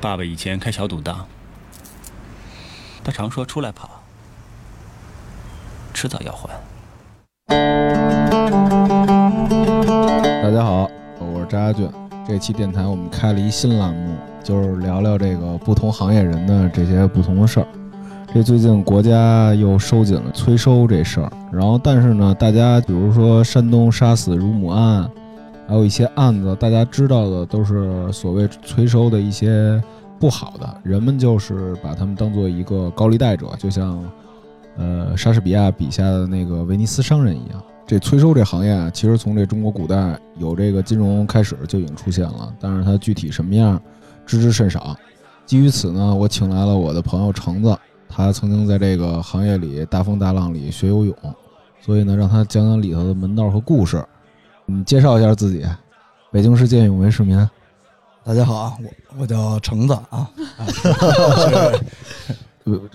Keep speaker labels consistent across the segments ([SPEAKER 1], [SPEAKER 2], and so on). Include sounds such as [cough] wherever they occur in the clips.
[SPEAKER 1] 爸爸以前开小赌档，他常说出来跑，迟早要还。
[SPEAKER 2] 大家好，我是张家俊。这期电台我们开了一新栏目，就是聊聊这个不同行业人的这些不同的事儿。这最近国家又收紧了催收这事儿，然后但是呢，大家比如说山东杀死乳母案，还有一些案子，大家知道的都是所谓催收的一些不好的，人们就是把他们当做一个高利贷者，就像呃莎士比亚笔下的那个威尼斯商人一样。这催收这行业啊，其实从这中国古代有这个金融开始就已经出现了，但是它具体什么样，知之甚少。基于此呢，我请来了我的朋友橙子，他曾经在这个行业里大风大浪里学游泳，所以呢，让他讲讲里头的门道和故事。你介绍一下自己，北京市见义勇为市民。
[SPEAKER 3] 大家好啊，我我叫橙子啊，
[SPEAKER 2] 呃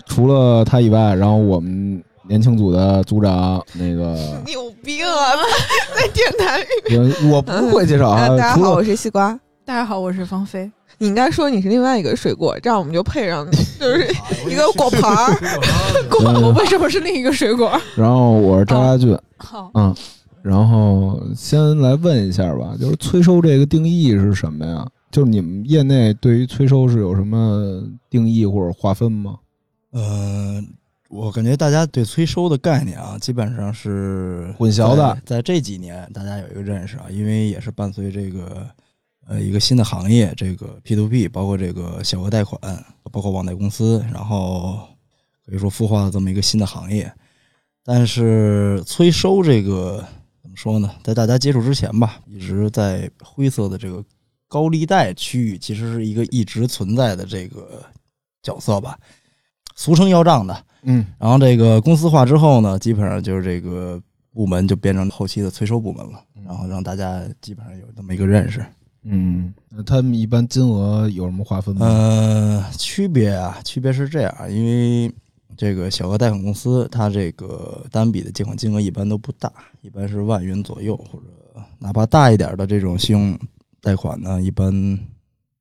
[SPEAKER 2] 除了他以外，然后我们年轻组的组长那
[SPEAKER 4] [laughs]
[SPEAKER 2] 个，
[SPEAKER 4] 你有病啊！
[SPEAKER 5] 嗯
[SPEAKER 4] [laughs] 在电台里，
[SPEAKER 2] 我我不会介绍啊，
[SPEAKER 4] 大家
[SPEAKER 2] 除
[SPEAKER 4] 好，
[SPEAKER 2] 了
[SPEAKER 4] 我是西瓜。
[SPEAKER 5] 大家好，我是芳菲。
[SPEAKER 4] 你应该说你是另外一个水果，这样我们就
[SPEAKER 2] [laughs]
[SPEAKER 4] 配上，就是一个果盘儿。
[SPEAKER 5] 果
[SPEAKER 2] 嗯
[SPEAKER 5] 我为什么是另一个
[SPEAKER 4] [laughs]
[SPEAKER 5] 水果？
[SPEAKER 2] 然后我是张家俊。
[SPEAKER 5] 好，
[SPEAKER 2] 嗯，然后先来问一下吧，就是催收这个定义是什么呀？就是你们业内对于催收是有什么定义或者划分吗？
[SPEAKER 3] 呃，我感觉大家对催收的概念啊，基本上是
[SPEAKER 2] 混淆的
[SPEAKER 3] 在，在这几年大家有一个认识啊，因为也是伴随这个呃一个新的行业，这个 P to P，包括这个小额贷款，包括网贷公司，然后可以说孵化了这么一个新的行业。但是催收这个怎么说呢？在大家接触之前吧，一直在灰色的这个高利贷区域，其实是一个一直存在的这个角色吧，俗称要账的。
[SPEAKER 2] 嗯，
[SPEAKER 3] 然后这个公司化之后呢，基本上就是这个部门就变成后期的催收部门了，然后让大家基本上有这么一个认识。
[SPEAKER 2] 嗯，那他们一般金额有什么划分吗？
[SPEAKER 3] 呃，区别啊，区别是这样啊，因为这个小额贷款公司，它这个单笔的借款金额一般都不大，一般是万元左右，或者哪怕大一点的这种信用贷款呢，一般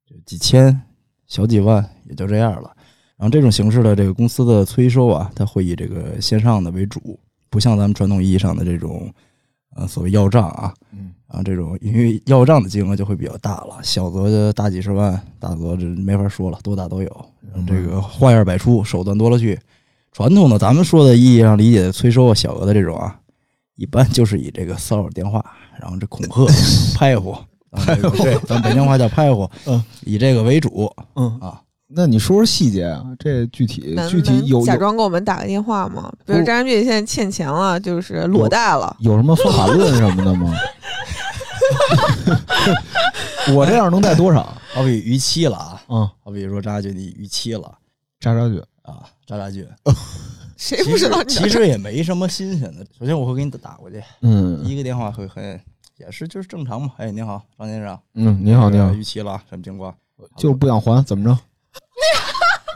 [SPEAKER 3] 就几千、小几万也就这样了。然后这种形式的这个公司的催收啊，它会以这个线上的为主，不像咱们传统意义上的这种呃所谓要账啊，
[SPEAKER 2] 嗯，
[SPEAKER 3] 然后这种因为要账的金额就会比较大了，小则就大几十万，大则这没法说了，多大都有。然后这个花样百出，手段多了去。传统的咱们说的意义上理解的催收啊，小额的这种啊，一般就是以这个骚扰电话，然后这恐吓、
[SPEAKER 4] [laughs]
[SPEAKER 3] 拍呼，拍呼，对，咱北京话叫拍呼，
[SPEAKER 2] 嗯，
[SPEAKER 3] 以这个为主
[SPEAKER 2] 嗯，
[SPEAKER 3] 啊。
[SPEAKER 2] 那你说说细节啊，这具体
[SPEAKER 4] 能
[SPEAKER 2] 具体有
[SPEAKER 4] 能假
[SPEAKER 2] 有
[SPEAKER 4] 装给我们打个电话吗？
[SPEAKER 2] 不
[SPEAKER 4] 比如张家俊现在欠钱了，就是裸贷了。
[SPEAKER 2] 有什么方法论什么的吗？ [laughs] 我这样能贷多少？
[SPEAKER 3] 好比逾期了啊，
[SPEAKER 2] 嗯，
[SPEAKER 3] 好比说张家俊你逾期了
[SPEAKER 2] 扎扎去。
[SPEAKER 3] 啊，张家俊，
[SPEAKER 4] 谁哦不知道你
[SPEAKER 3] 其实其实也没什么新鲜的。首先我会给你打过去，
[SPEAKER 2] 嗯
[SPEAKER 3] 一个电话会很也是就是正常嘛。哎，您好，张先生，
[SPEAKER 2] 嗯，你好你好
[SPEAKER 3] 呃，逾期了啊，什么情况？
[SPEAKER 2] 就是不想还，怎么着？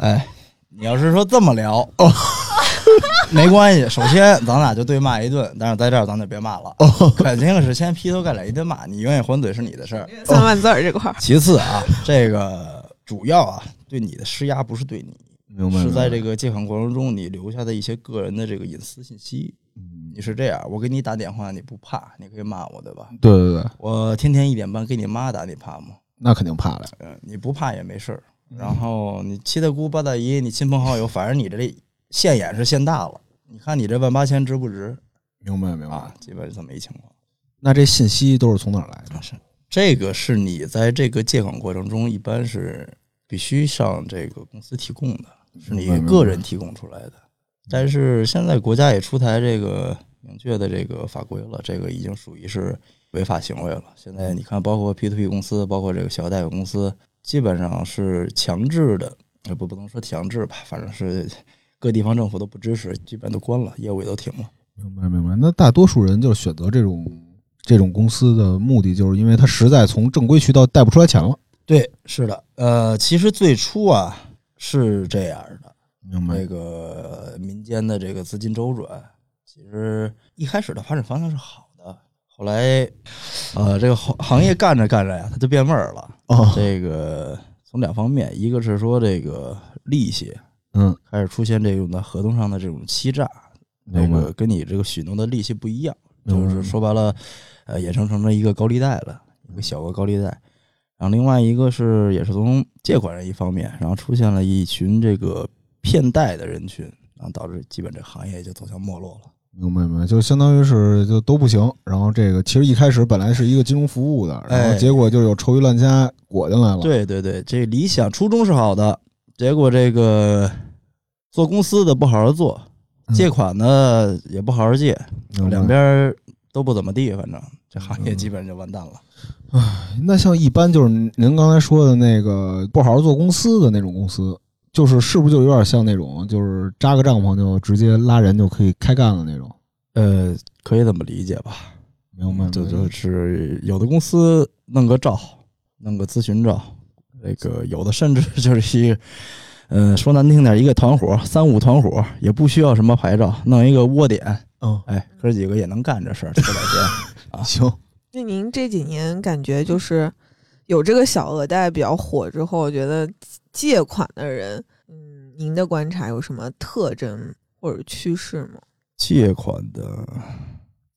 [SPEAKER 3] 哎，你要是说这么聊， [laughs] 哦、没关系。首先咱俩就对骂一顿，但是在这儿咱就别骂
[SPEAKER 2] [laughs]
[SPEAKER 3] 了，肯定是先劈头盖脸一顿骂。你愿意还嘴是你的事儿。
[SPEAKER 4] 三万字儿这块儿？
[SPEAKER 3] 其次啊，这个主要啊，对你的施压不是对你，
[SPEAKER 2] 明
[SPEAKER 3] 是在这
[SPEAKER 2] 个
[SPEAKER 3] 个借款过程中你留下的一些个人的这个隐私信息。
[SPEAKER 2] 嗯
[SPEAKER 3] 你是这样，我给你打电话，你不怕，你可以骂我，对吧？
[SPEAKER 2] 对对对，
[SPEAKER 3] 我天天一点半给你妈打，你怕吗？
[SPEAKER 2] 那肯定怕了。
[SPEAKER 3] 嗯，你不怕也没事儿。然后你七大姑八大姨，你亲朋好友，反正你这现眼是现大了。你看你这万八千值不值
[SPEAKER 2] 明白明白。
[SPEAKER 3] 啊？基本是这么一情况。
[SPEAKER 2] 那这信息都是从哪儿来的？
[SPEAKER 3] 是这个是你在这个借款过程中，一般是必须向这个公司提供的，是你个人提供出来的。但是现在国家也出台这个明确的这个法规了，这个已经属于是违法行为了。现在你看，包括 P to P 公司，包括这个小额贷款公司，基本上是强制的，呃不不能说强制吧，反正是 [laughs] 各地方政府都不支持，基本都关了，业务也都停了。
[SPEAKER 2] 明白明白。那大多数人就是选择这种这种公司的目的，就是因为他实在从正规渠道贷不出来钱了。
[SPEAKER 3] 对，是的，呃，其实最初啊是这样的。
[SPEAKER 2] 明
[SPEAKER 3] 这个民间的这个资金周转，其实一开始的发展方向是好的，后来，呃，这个行行业干着干着呀，它就变味儿了。
[SPEAKER 2] 哦，
[SPEAKER 3] 这个从两方面，一个是说这个利息
[SPEAKER 2] 嗯，
[SPEAKER 3] 开始出现这种的合同上的这种欺诈，那
[SPEAKER 2] 明白嗯
[SPEAKER 3] 个跟你这个许诺的利息不一样，
[SPEAKER 2] 明
[SPEAKER 3] 就
[SPEAKER 2] 白
[SPEAKER 3] 是说白了，呃，也成成了一个高利贷了，一个小额高利贷。然后另外一个是也是从借款人一方面，然后出现了一群这个骗贷的人群，然后导致基本这行业就走向没落了。
[SPEAKER 2] 明白明白，就相当于是就都不行。然后这个其实一开始本来是一个金融服务的，然
[SPEAKER 3] 哎
[SPEAKER 2] 后结果就有臭鱼烂虾裹进来了。
[SPEAKER 3] 对对对，这理想初衷是好的，结果这个做公司的不好好做，
[SPEAKER 2] 嗯
[SPEAKER 3] 借款呢也不好好借，
[SPEAKER 2] 明白
[SPEAKER 3] 两边儿都不怎么地，反正这行业
[SPEAKER 2] 嗯
[SPEAKER 3] 基本就完蛋了。
[SPEAKER 2] 那像一般就是您刚才说的那个不好好做公司的那种公司，就是是不是就有点像那种就是扎个帐篷就直接拉人就可以开干了那种？
[SPEAKER 3] 呃，可以这么理解吧？
[SPEAKER 2] 明白，
[SPEAKER 3] 嗯就
[SPEAKER 2] 明白
[SPEAKER 3] 就是有的公司弄个照，弄个咨询照，那个有的甚至 [laughs] 就是一个，呃，说难听点，一个团伙，三五团伙也不需要什么牌照，弄一个窝点，
[SPEAKER 2] 嗯，
[SPEAKER 3] 哎，哥几个也能干这事儿，吃不了钱。
[SPEAKER 2] 行，
[SPEAKER 4] 那您这几年感觉就是有这个小额贷比较火之后，我觉得借款的人，嗯，您的观察有什么特征或者趋势吗？
[SPEAKER 3] 借款的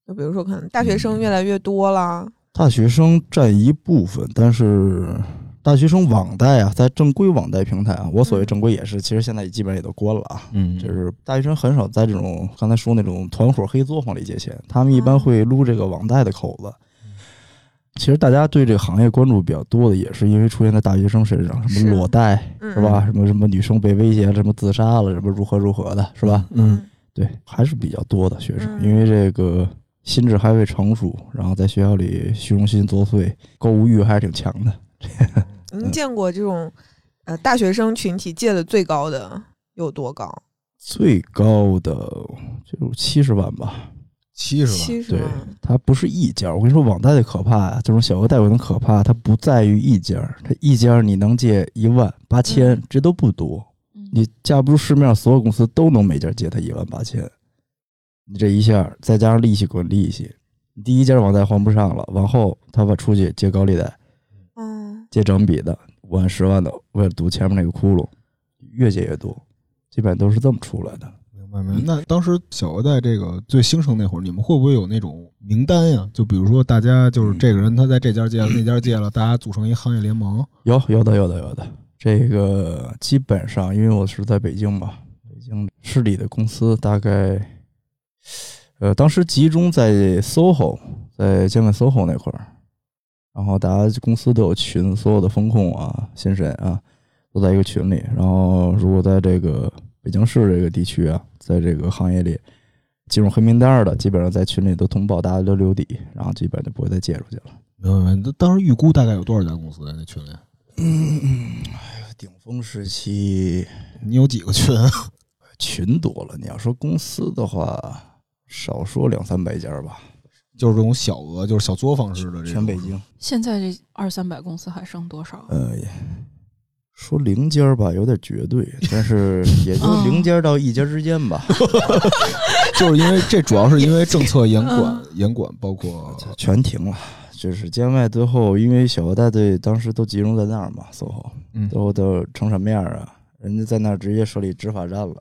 [SPEAKER 4] 就比如说，可能大学
[SPEAKER 3] 嗯
[SPEAKER 4] 生越来越多啦，
[SPEAKER 3] 大学生占一部分，但是大学生网贷啊，在正规网贷平台啊，我所谓正规也是，其实现在基本上也都关了啊。
[SPEAKER 2] 嗯
[SPEAKER 3] 就是大学生很少在这种刚才说那种团伙黑作坊里借钱，他们一
[SPEAKER 4] 啊
[SPEAKER 3] 般会撸这个网贷的口子。其实大家对这个行业关注比较多的，也是因为出现在大学生身上，什
[SPEAKER 4] 是
[SPEAKER 3] 么裸贷
[SPEAKER 4] 嗯，
[SPEAKER 3] 是吧？什么什么女生被威胁了，什么自杀了，什么如何如何的，是吧？
[SPEAKER 2] 嗯，
[SPEAKER 3] 对，还是比较多的学生，
[SPEAKER 4] 嗯
[SPEAKER 3] 因为这个心智还未成熟，然后在学校里虚荣心作祟，购物欲还是挺强的。
[SPEAKER 4] 嗯您见过这种呃大学生群体借的最高的有多高？
[SPEAKER 3] 最高的就七十万吧，
[SPEAKER 2] 七十万，
[SPEAKER 4] 七十
[SPEAKER 3] 对
[SPEAKER 4] 万，
[SPEAKER 3] 它不是一家儿。我跟你说，网贷的可怕啊，这种小额贷款的可怕，它不在于一家儿，它一家儿你能借一万八千
[SPEAKER 4] 嗯，
[SPEAKER 3] 这都不多。
[SPEAKER 5] 嗯
[SPEAKER 3] 你架不住市面上所有公司都能每家借他一万八千，你这一下再加上利息滚利息，你第一家网贷还不上了，往后他把出去借高利贷。
[SPEAKER 4] 嗯，
[SPEAKER 3] 借整笔的五万、十万的，为了堵前面那个窟窿，越借越多，基本上都是这么出来的。
[SPEAKER 2] 明白明白。那当时小额贷这个最兴盛那会儿，你们会不会有那种名单呀？就比如说大家
[SPEAKER 3] 嗯
[SPEAKER 2] 就是这个人他在这家借了，那家借了，大家组成一行业联盟。
[SPEAKER 3] 有有的有的有的，这个基本上，因为我是在北京嘛，北京市里的公司大概，呃，当时集中在 SOHO，在建外 SOHO 那块儿，然后大家公司都有群，所有的风控啊、新审啊都在一个群里。然后如果在这个北京市这个地区啊，在这个行业里进入黑名单儿的，基本上在群里都通报，大家都留底，然后基本就不会再借出去了。
[SPEAKER 2] 明白明白。当时预估大概有多少家公司在那群里？
[SPEAKER 3] 嗯哎顶峰时期
[SPEAKER 2] 你有几个群？啊
[SPEAKER 3] 群多了，你要说公司的话，少说两三百家儿吧，
[SPEAKER 2] [laughs] 就是这种小额，就是小作坊式的这种。
[SPEAKER 3] 全北京。
[SPEAKER 5] 现在这二三百公司还剩多少？
[SPEAKER 3] 呃，说零家儿吧，有点绝对，但是也就零家儿到一家儿之间吧。
[SPEAKER 2] 就是因为这主要是因为政策严管，严管包括
[SPEAKER 3] 就全停了。就是监外最后，因为小额贷队当时都集中在那儿嘛，SOHO
[SPEAKER 2] 嗯
[SPEAKER 3] 都都成什么样儿啊？人家在那儿直接设立执法站了，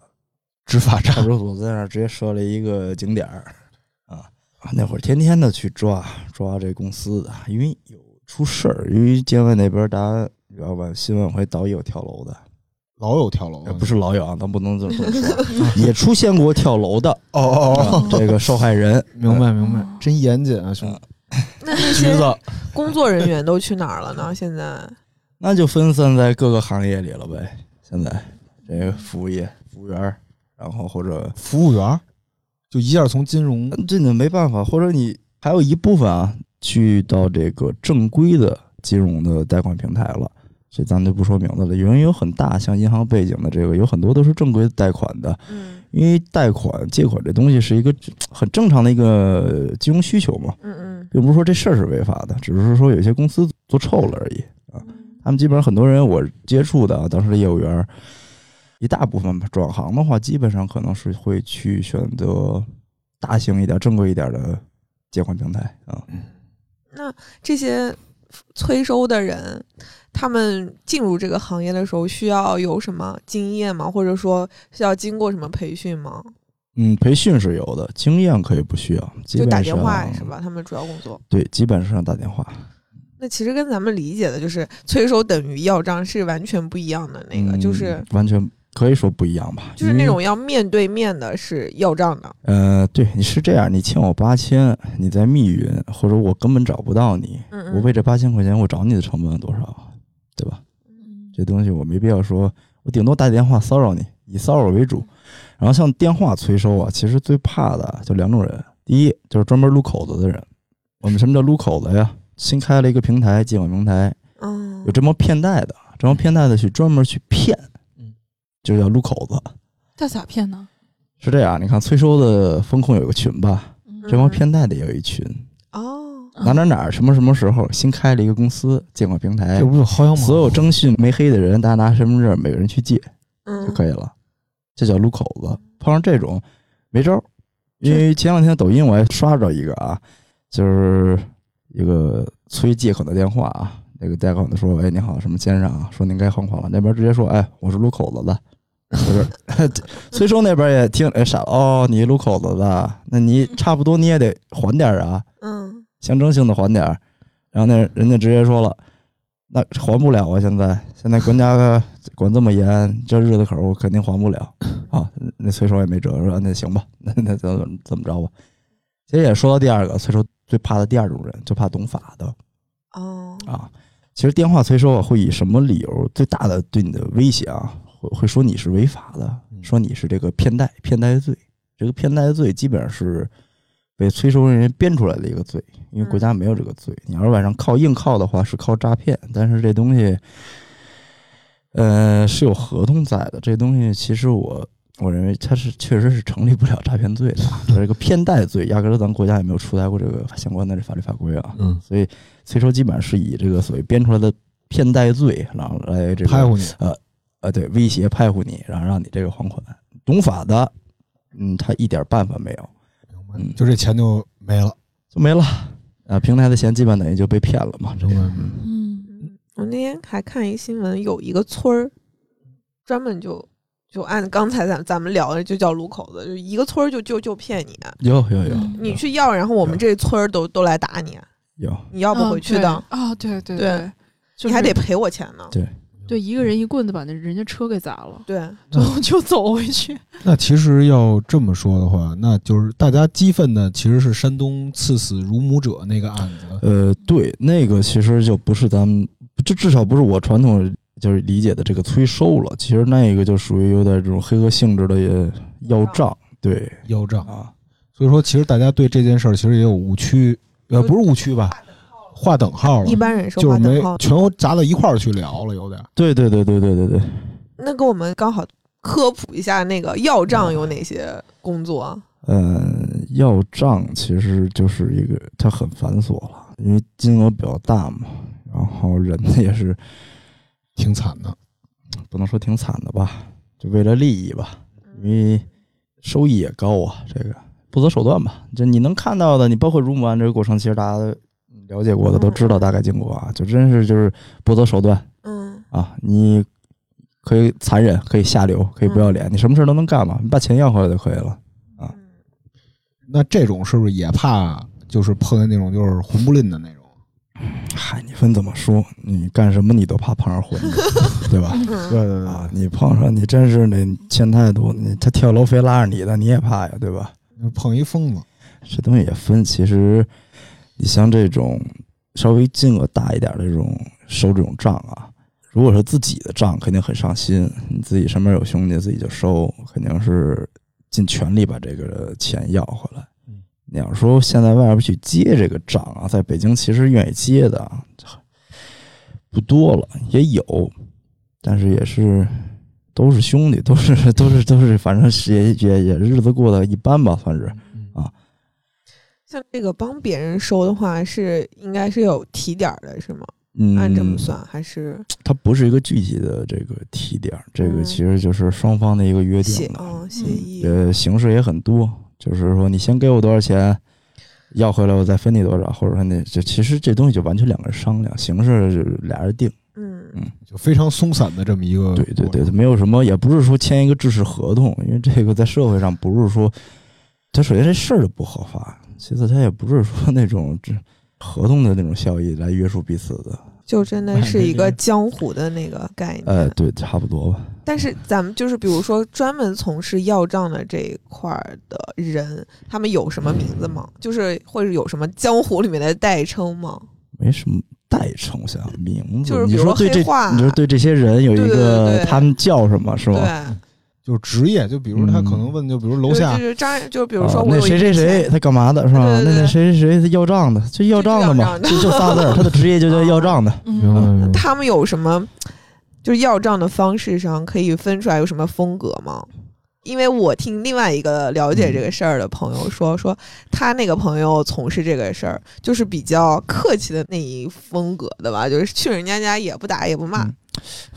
[SPEAKER 2] 执法站
[SPEAKER 3] 派出所在那儿直接设立一个景点儿啊。啊那会儿天天的去抓抓这公司的，因为有出事儿，因为监外那边儿大家你知道吧，新闻会导有跳楼的，
[SPEAKER 2] [laughs] 老有跳楼
[SPEAKER 3] 呃，不是老有啊，咱不能这么说，也出现过跳楼的
[SPEAKER 2] 哦哦
[SPEAKER 3] 啊这个受害人。
[SPEAKER 2] 明白明白
[SPEAKER 5] 哦，
[SPEAKER 2] 真严谨啊，兄弟。
[SPEAKER 3] [laughs]
[SPEAKER 4] 那那些工作人员都去哪儿了呢？现在
[SPEAKER 3] 那就分散在各个行业里了呗。现在这个服务业、服务员儿，然后或者
[SPEAKER 2] 服务员儿就一下从金融
[SPEAKER 3] 这你没办法，或者你还有一部分啊，去到这个正规的金融的贷款平台了。这咱就不说名字了，因为有很大像银行背景的这个，有很多都是正规贷款的，
[SPEAKER 4] 嗯
[SPEAKER 3] 因为贷款、借款这东西是一个很正常的一个金融需求嘛，
[SPEAKER 4] 嗯
[SPEAKER 3] 并不是说这事儿是违法的，只是说有些公司做臭了而已。啊
[SPEAKER 4] 嗯，
[SPEAKER 3] 他们基本上很多人我接触的啊当时的业务员儿，一大部分吧转行的话，基本上可能是会去选择大型一点、正规一点的借款平台啊。
[SPEAKER 4] 这些催收的人，他们进入这个行业的时候需要有什么经验吗？或者说需要经过什么培训吗？
[SPEAKER 3] 嗯，培训是有的，经验可以不需要，基
[SPEAKER 4] 就
[SPEAKER 3] 本
[SPEAKER 4] 打电话
[SPEAKER 3] 上
[SPEAKER 4] 是？吧？他们主要工作。
[SPEAKER 3] 对，基本上打电话。
[SPEAKER 4] 那其实跟咱们理解的就是催收等于要账是完全不一样的，那个、
[SPEAKER 3] 嗯
[SPEAKER 4] 就是
[SPEAKER 3] 完全可以说不一样吧，
[SPEAKER 4] 就是
[SPEAKER 3] 因为
[SPEAKER 4] 那种要面对面的是要账的，
[SPEAKER 3] 呃，对，你是这样，你欠我八千，你在密云，或者我根本找不到你，
[SPEAKER 4] 嗯嗯
[SPEAKER 3] 我为这八千块钱，我找你的成本有多少，啊对吧？
[SPEAKER 5] 嗯
[SPEAKER 3] 这东西我没必要说，我顶多打电话骚扰你，以骚扰为主。然后像电话催收啊，其实最怕的啊就两种人，第一就是专门撸口子的人。我们什么叫撸口子呀？新开了一个平台，接管平台，
[SPEAKER 4] 嗯
[SPEAKER 3] 有，这么骗贷的，这么骗贷的去专门去骗，
[SPEAKER 2] 嗯，
[SPEAKER 3] 就叫撸口子。
[SPEAKER 5] 他咋骗呢？
[SPEAKER 3] 是这样，你看催收的风控有个群吧，
[SPEAKER 5] 嗯
[SPEAKER 3] 这帮骗贷的也有一群，
[SPEAKER 4] 哦，
[SPEAKER 3] 哪哪哪儿什么什么时候新开了一个公司，借款平台
[SPEAKER 2] 这，不是薅羊毛？
[SPEAKER 3] 所有征信没黑的人，大家拿身份证，每个人去借
[SPEAKER 4] 嗯，
[SPEAKER 3] 就可以了，这叫撸口子。碰上这种没招儿，因为前两天抖音我还刷着一个啊，就是一个催借款的电话啊，那个贷款的说：“哎，你好，什么先生啊，说您该还款了。”那边直接说：“哎，我是撸口子的。”就是 [laughs] 催收那边也听哎傻了哦，你撸口子的，那你差不多你也得还点儿啊。
[SPEAKER 4] 嗯，
[SPEAKER 3] 象征性的还点儿，然后那人家直接说了，那还不了啊！现在现在国家 [laughs] 管这么严，这日子口我肯定还不了啊！那催收也没辙，说那行吧，那那咱怎么怎么着吧？其实也说到第二个，催收最怕的第二种人，就怕懂法的
[SPEAKER 4] 哦，
[SPEAKER 3] 啊。其实电话催收啊，会以什么理由最大的对你的威胁啊？会会说你是违法的，
[SPEAKER 2] 嗯
[SPEAKER 3] 说你是这个骗贷骗贷罪。这个骗贷罪基本上是被催收人员编出来的一个罪，因为国家没有这个罪。你要是往上靠硬靠的话，是靠诈骗，但是这东西，呃，是有合同在的。这东西其实我我认为它是确实是成立不了诈骗罪的啊，这个骗贷罪压根儿咱们国家也没有出台过这个相关的这法律法规啊。
[SPEAKER 2] 嗯，
[SPEAKER 3] 所以催收基本上是以这个所谓编出来的骗贷罪，然后来这
[SPEAKER 2] 拍
[SPEAKER 3] 个
[SPEAKER 2] 乎你，
[SPEAKER 3] 呃对威胁派乎你，然后让你这个还款。懂法的，嗯，他一点办法没有，嗯
[SPEAKER 2] 就这钱就没了，
[SPEAKER 3] 就没了。啊，平台的钱基本等于就被骗了嘛，这
[SPEAKER 2] 明白
[SPEAKER 3] 个
[SPEAKER 2] 吗？
[SPEAKER 5] 嗯，
[SPEAKER 4] 嗯我那天还看一新闻，有一个村儿专门就就按刚才咱咱们聊的，就叫路口子，就一个村儿就就就骗你，啊
[SPEAKER 3] 有有有
[SPEAKER 5] 嗯
[SPEAKER 4] 你去要，然后我们这村儿都都来打你，啊
[SPEAKER 3] 有，
[SPEAKER 4] 你要不回去的，
[SPEAKER 5] 啊，对哦对
[SPEAKER 4] 嗯对
[SPEAKER 5] 对，
[SPEAKER 4] 你还得
[SPEAKER 5] 就是
[SPEAKER 4] 赔我钱呢。
[SPEAKER 5] 对一个人一棍子把那人家车给砸了，
[SPEAKER 4] 对，
[SPEAKER 5] 最后就走回去。
[SPEAKER 2] 那其实要这么说的话，那就是大家激愤的其实是山东刺死乳母者那个案子，
[SPEAKER 3] 呃，对，那个其实就不是咱们，这至少不是我传统就是理解的这个催收了。其实那个就属于有点这种黑恶性质的呃要账，对
[SPEAKER 2] 要账。
[SPEAKER 3] 啊，
[SPEAKER 2] 所以说，其实大家对这件事儿其实也有误区，呃，
[SPEAKER 4] 就
[SPEAKER 2] 不是误区吧，划等号了
[SPEAKER 4] 一，般人是
[SPEAKER 2] 就
[SPEAKER 4] 划
[SPEAKER 2] 是没
[SPEAKER 4] 等号。
[SPEAKER 2] 全都砸到一块儿去聊了，有点儿。
[SPEAKER 3] 对对对对对对对。
[SPEAKER 4] 那给我们刚好科普一下，那个要账有哪些工作啊？
[SPEAKER 3] 嗯，要账其实就是一个，它很繁琐了，因为金额比较大嘛，然后人呢也是
[SPEAKER 2] 挺惨的，
[SPEAKER 3] 不能说挺惨的吧， [laughs] 就为了利益吧，因为收益也高啊，这个不择手段吧。就你能看到的，你包括辱母案这个过程，其实大家了解过的都知道大概经过啊，就真是就是不择手段
[SPEAKER 4] 嗯
[SPEAKER 3] 啊，你可以残忍，可以下流，可以不要脸，你什么事儿都能干嘛，你把钱要回来就可以了。
[SPEAKER 4] 嗯，
[SPEAKER 2] 那这种是不是也怕就是碰见那种就是混不吝的那种？
[SPEAKER 3] 嗨，你分怎么说？你干什么你都怕碰上混子，对吧？
[SPEAKER 2] 对对
[SPEAKER 3] 啊，你碰上你真是你欠太多，你他跳楼非拉着你的，你也怕呀，对吧？
[SPEAKER 2] 对，碰一疯子，
[SPEAKER 3] 这东西也分，其实你像这种稍微金额大一点的这种收这种账啊，如果是自己的账，肯定很上心，你自己身边有兄弟自己就收，肯定是尽全力把这个钱要回来
[SPEAKER 2] 嗯。
[SPEAKER 3] 你要说现在外边去接这个账啊，在北京其实愿意接的啊不多了，也有，但是也是都是兄弟，都是都是都是，反正是也也也日子过得一般吧，算是。
[SPEAKER 4] 像这个帮别人收的话，是应该是有提点儿的，是吗？
[SPEAKER 3] 嗯，
[SPEAKER 4] 按这么算还是
[SPEAKER 3] 它不是一个具体的这个提点儿，这个
[SPEAKER 4] 嗯
[SPEAKER 3] 其实就是双方的一个约
[SPEAKER 4] 协
[SPEAKER 3] 定了。
[SPEAKER 4] 嗯协
[SPEAKER 3] 嗯
[SPEAKER 4] 议？
[SPEAKER 3] 呃，形式也很多，就是说你先给我多少钱，要回来我再分你多少，或者说那就其实这东西就完全两个人商量，形式就是俩人定。
[SPEAKER 4] 嗯
[SPEAKER 2] 就非常松散的这么一个
[SPEAKER 3] 对对对，
[SPEAKER 2] 过程
[SPEAKER 3] 没有什么，也不是说签一个制式合同，因为这个在社会上不是说，它首先这事儿就不合法，其次它也不是说那种这合同的那种效益来约束彼此的。
[SPEAKER 4] 就
[SPEAKER 3] [laughs]
[SPEAKER 4] 真的
[SPEAKER 3] 哎
[SPEAKER 4] 是
[SPEAKER 3] 那
[SPEAKER 4] 一
[SPEAKER 3] 就
[SPEAKER 4] 个
[SPEAKER 3] 是
[SPEAKER 4] 江湖的那个概念。
[SPEAKER 3] 呃，对，差不多吧。
[SPEAKER 4] 但是咱们就是比如说专门从事要账的这一块儿的人，他们有什么名字
[SPEAKER 3] 嗯
[SPEAKER 4] 吗？就是或者有什么江湖里面的代称吗？
[SPEAKER 3] 没什么代称，我想想名字，
[SPEAKER 4] 就是比
[SPEAKER 3] 你
[SPEAKER 4] 如
[SPEAKER 3] 说对
[SPEAKER 4] 黑
[SPEAKER 3] 这，
[SPEAKER 4] 话
[SPEAKER 3] 你说对这些人有一
[SPEAKER 4] 对对对
[SPEAKER 3] 个
[SPEAKER 4] 对
[SPEAKER 3] 他们叫什么是
[SPEAKER 4] 对，
[SPEAKER 3] 吗？
[SPEAKER 2] 就是职业，就比如他可能问，就比如楼下
[SPEAKER 4] 就就是张，就比
[SPEAKER 3] 比
[SPEAKER 4] 如说
[SPEAKER 3] 啊
[SPEAKER 4] 我
[SPEAKER 3] 那
[SPEAKER 4] 有一
[SPEAKER 3] 谁谁
[SPEAKER 4] 笔钱
[SPEAKER 3] 谁他干嘛的是吧？
[SPEAKER 4] 对对对
[SPEAKER 3] 那那谁谁谁他要账的，就要账的嘛，
[SPEAKER 4] 就嗯
[SPEAKER 3] 就就仨字儿，他的职业
[SPEAKER 4] [laughs]
[SPEAKER 3] 就叫要账的。
[SPEAKER 2] 明白
[SPEAKER 5] 嗯，
[SPEAKER 2] 明白
[SPEAKER 4] 他们有什么就是要账的方式上可以分出来有什么风格吗？因为我听另外一个了解
[SPEAKER 3] 嗯
[SPEAKER 4] 这个事儿的朋友说，说他那个朋友从事这个事儿，就是比较客气的那一风格的吧，就是去人家家也不打也不骂，
[SPEAKER 3] 嗯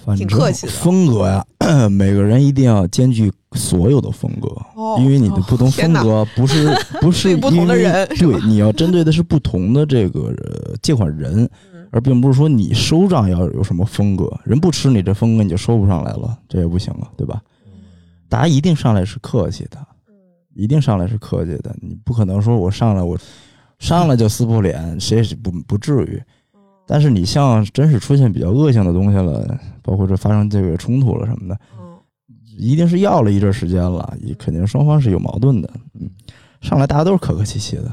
[SPEAKER 3] 反
[SPEAKER 4] 挺
[SPEAKER 3] 正
[SPEAKER 4] 客气的
[SPEAKER 3] 风格呀， [clears throat] 每个人一定要兼具所有的风格，
[SPEAKER 4] 哦
[SPEAKER 3] 因为你的不同
[SPEAKER 4] 天
[SPEAKER 3] 风
[SPEAKER 4] 哪
[SPEAKER 3] 格不是不是
[SPEAKER 4] 对
[SPEAKER 3] 因为
[SPEAKER 4] 不同的人是吧
[SPEAKER 3] 对，你要针对的是不同的这个呃借款人，
[SPEAKER 4] 嗯
[SPEAKER 3] 而并不是说你收账要有什么风格，人不吃你这风格你就收不上来了，这也不行了，对吧？
[SPEAKER 4] 嗯
[SPEAKER 3] 大家一定上来是客气的，一定上来是客气的，你不可能说我上来我上来就撕破脸，谁也不不至于。
[SPEAKER 4] 哦
[SPEAKER 3] 但是你像真是出现比较恶性的东西了，包括这发生这个冲突了什么的，
[SPEAKER 4] 嗯，
[SPEAKER 3] 一定是要了一阵时间了，也肯定双方是有矛盾的。嗯，上来大家都是客客气气的，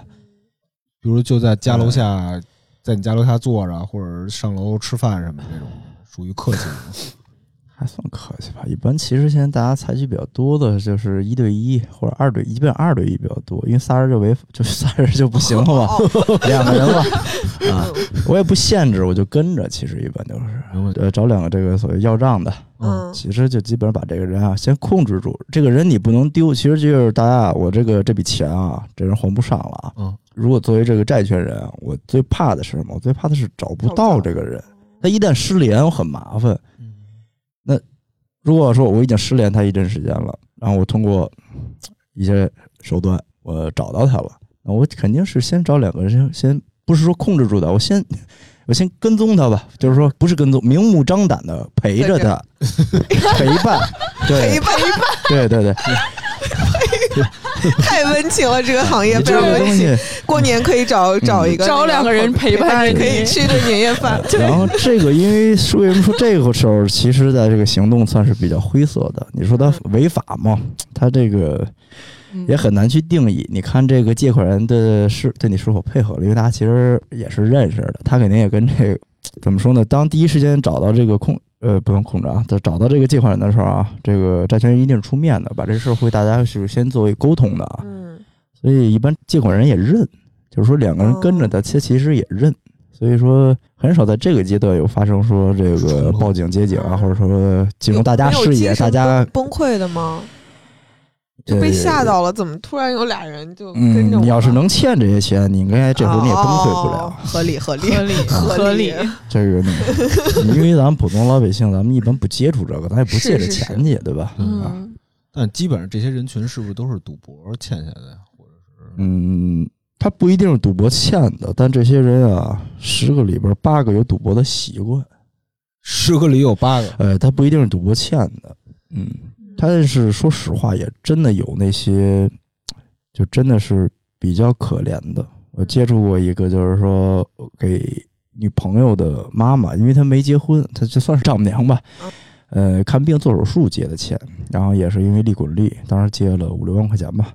[SPEAKER 2] 比如就在家楼下，在你家楼下坐着，或者上楼吃饭什么这种，属于客气的。
[SPEAKER 3] 还算客气吧。一般其实现在大家采取比较多的就是一对一或者二对一，基本上二对一比较多，因为仨人就违就仨人就不行了嘛，
[SPEAKER 4] 哦嗯
[SPEAKER 3] 两个人了啊，我也不限制，我就跟着。其实一般就是
[SPEAKER 2] 明白？
[SPEAKER 3] 呃找两个这个所谓要账的，
[SPEAKER 4] 嗯
[SPEAKER 3] 其实就基本上把这个人啊先控制住，这个人你不能丢。其实就是大家啊，我这个这笔钱啊，这人还不上了啊。
[SPEAKER 2] 嗯，
[SPEAKER 3] 如果作为这个债权人，啊我最怕的是什么？我最怕的是找不到这个人。他一旦失联，我很麻烦。那如果说我已经失联他一段时间了，然后我通过一些手段我找到他了，那我肯定是先找两个人先先不是说控制住他，我先我先跟踪他吧，就是说不是跟踪，明目张胆的陪着他，陪伴，
[SPEAKER 4] 哎陪
[SPEAKER 3] 对
[SPEAKER 4] 伴
[SPEAKER 3] 对对对，
[SPEAKER 4] 太温情了，这个行业
[SPEAKER 3] 你
[SPEAKER 4] 非
[SPEAKER 3] 这
[SPEAKER 4] 常
[SPEAKER 3] 个
[SPEAKER 4] 温
[SPEAKER 3] 东
[SPEAKER 4] 情。
[SPEAKER 3] 西，嗯
[SPEAKER 4] 过年可以找找一个，
[SPEAKER 5] 找两个人陪伴
[SPEAKER 4] 伴，
[SPEAKER 5] 着
[SPEAKER 4] 可以
[SPEAKER 5] 你
[SPEAKER 4] 吃一顿年夜
[SPEAKER 3] [laughs]
[SPEAKER 4] 饭。
[SPEAKER 3] 然后这个因为是为什么说这个时候，其实在这个行动算是比较灰色的，你说他违法吗？他这个
[SPEAKER 5] 嗯
[SPEAKER 3] 也很难去定义。你看这个借款人的是对你是否配合了，因为大家其实也是认识的，他肯定也跟这个怎么说呢？当第一时间找到这个控呃不用控制啊，就找到这个借款人的时候啊，这个债权人一定是出面的，把这事儿会大家是先作为沟通的啊。
[SPEAKER 4] 嗯，
[SPEAKER 3] 所以一般借款人也认，就是说两个人跟着
[SPEAKER 4] 哦
[SPEAKER 3] 他，其其实也认。所以说，很少在这个阶段有发生说这个报警接警啊，或者说进入大家视野，大家呃
[SPEAKER 4] 崩溃的吗？就被吓。到了，怎么突然有俩人就跟着
[SPEAKER 3] 嗯，
[SPEAKER 4] 我了？
[SPEAKER 3] 你要是能欠这些钱，你应该这会儿你也崩溃不
[SPEAKER 4] 哦
[SPEAKER 3] 了。啊
[SPEAKER 4] 合理合理
[SPEAKER 5] 嗯 [laughs] 合
[SPEAKER 3] [laughs]
[SPEAKER 5] 理
[SPEAKER 4] 合理
[SPEAKER 3] 这个你，因为咱们普通老百姓，咱们一般不接触这个，咱也不借这
[SPEAKER 4] 是是
[SPEAKER 3] 钱去，对吧？啊
[SPEAKER 5] 嗯，
[SPEAKER 2] 但基本上这些人群是不是都是赌博欠下的呀？或者是
[SPEAKER 3] 嗯，他不一定是赌博欠的，但这些人啊，十个里边八个有赌博的习惯。
[SPEAKER 2] 十个里有八个
[SPEAKER 3] 呃，他不一定是赌博欠的，嗯，但是说实话，也真的有那些，就真的是比较可怜的。我接触过一个，就是说给女朋友的妈妈，因为她没结婚，她就算是丈母娘吧，呃，看病做手术借的钱，然后也是因为利滚利，当时借了五六万块钱吧，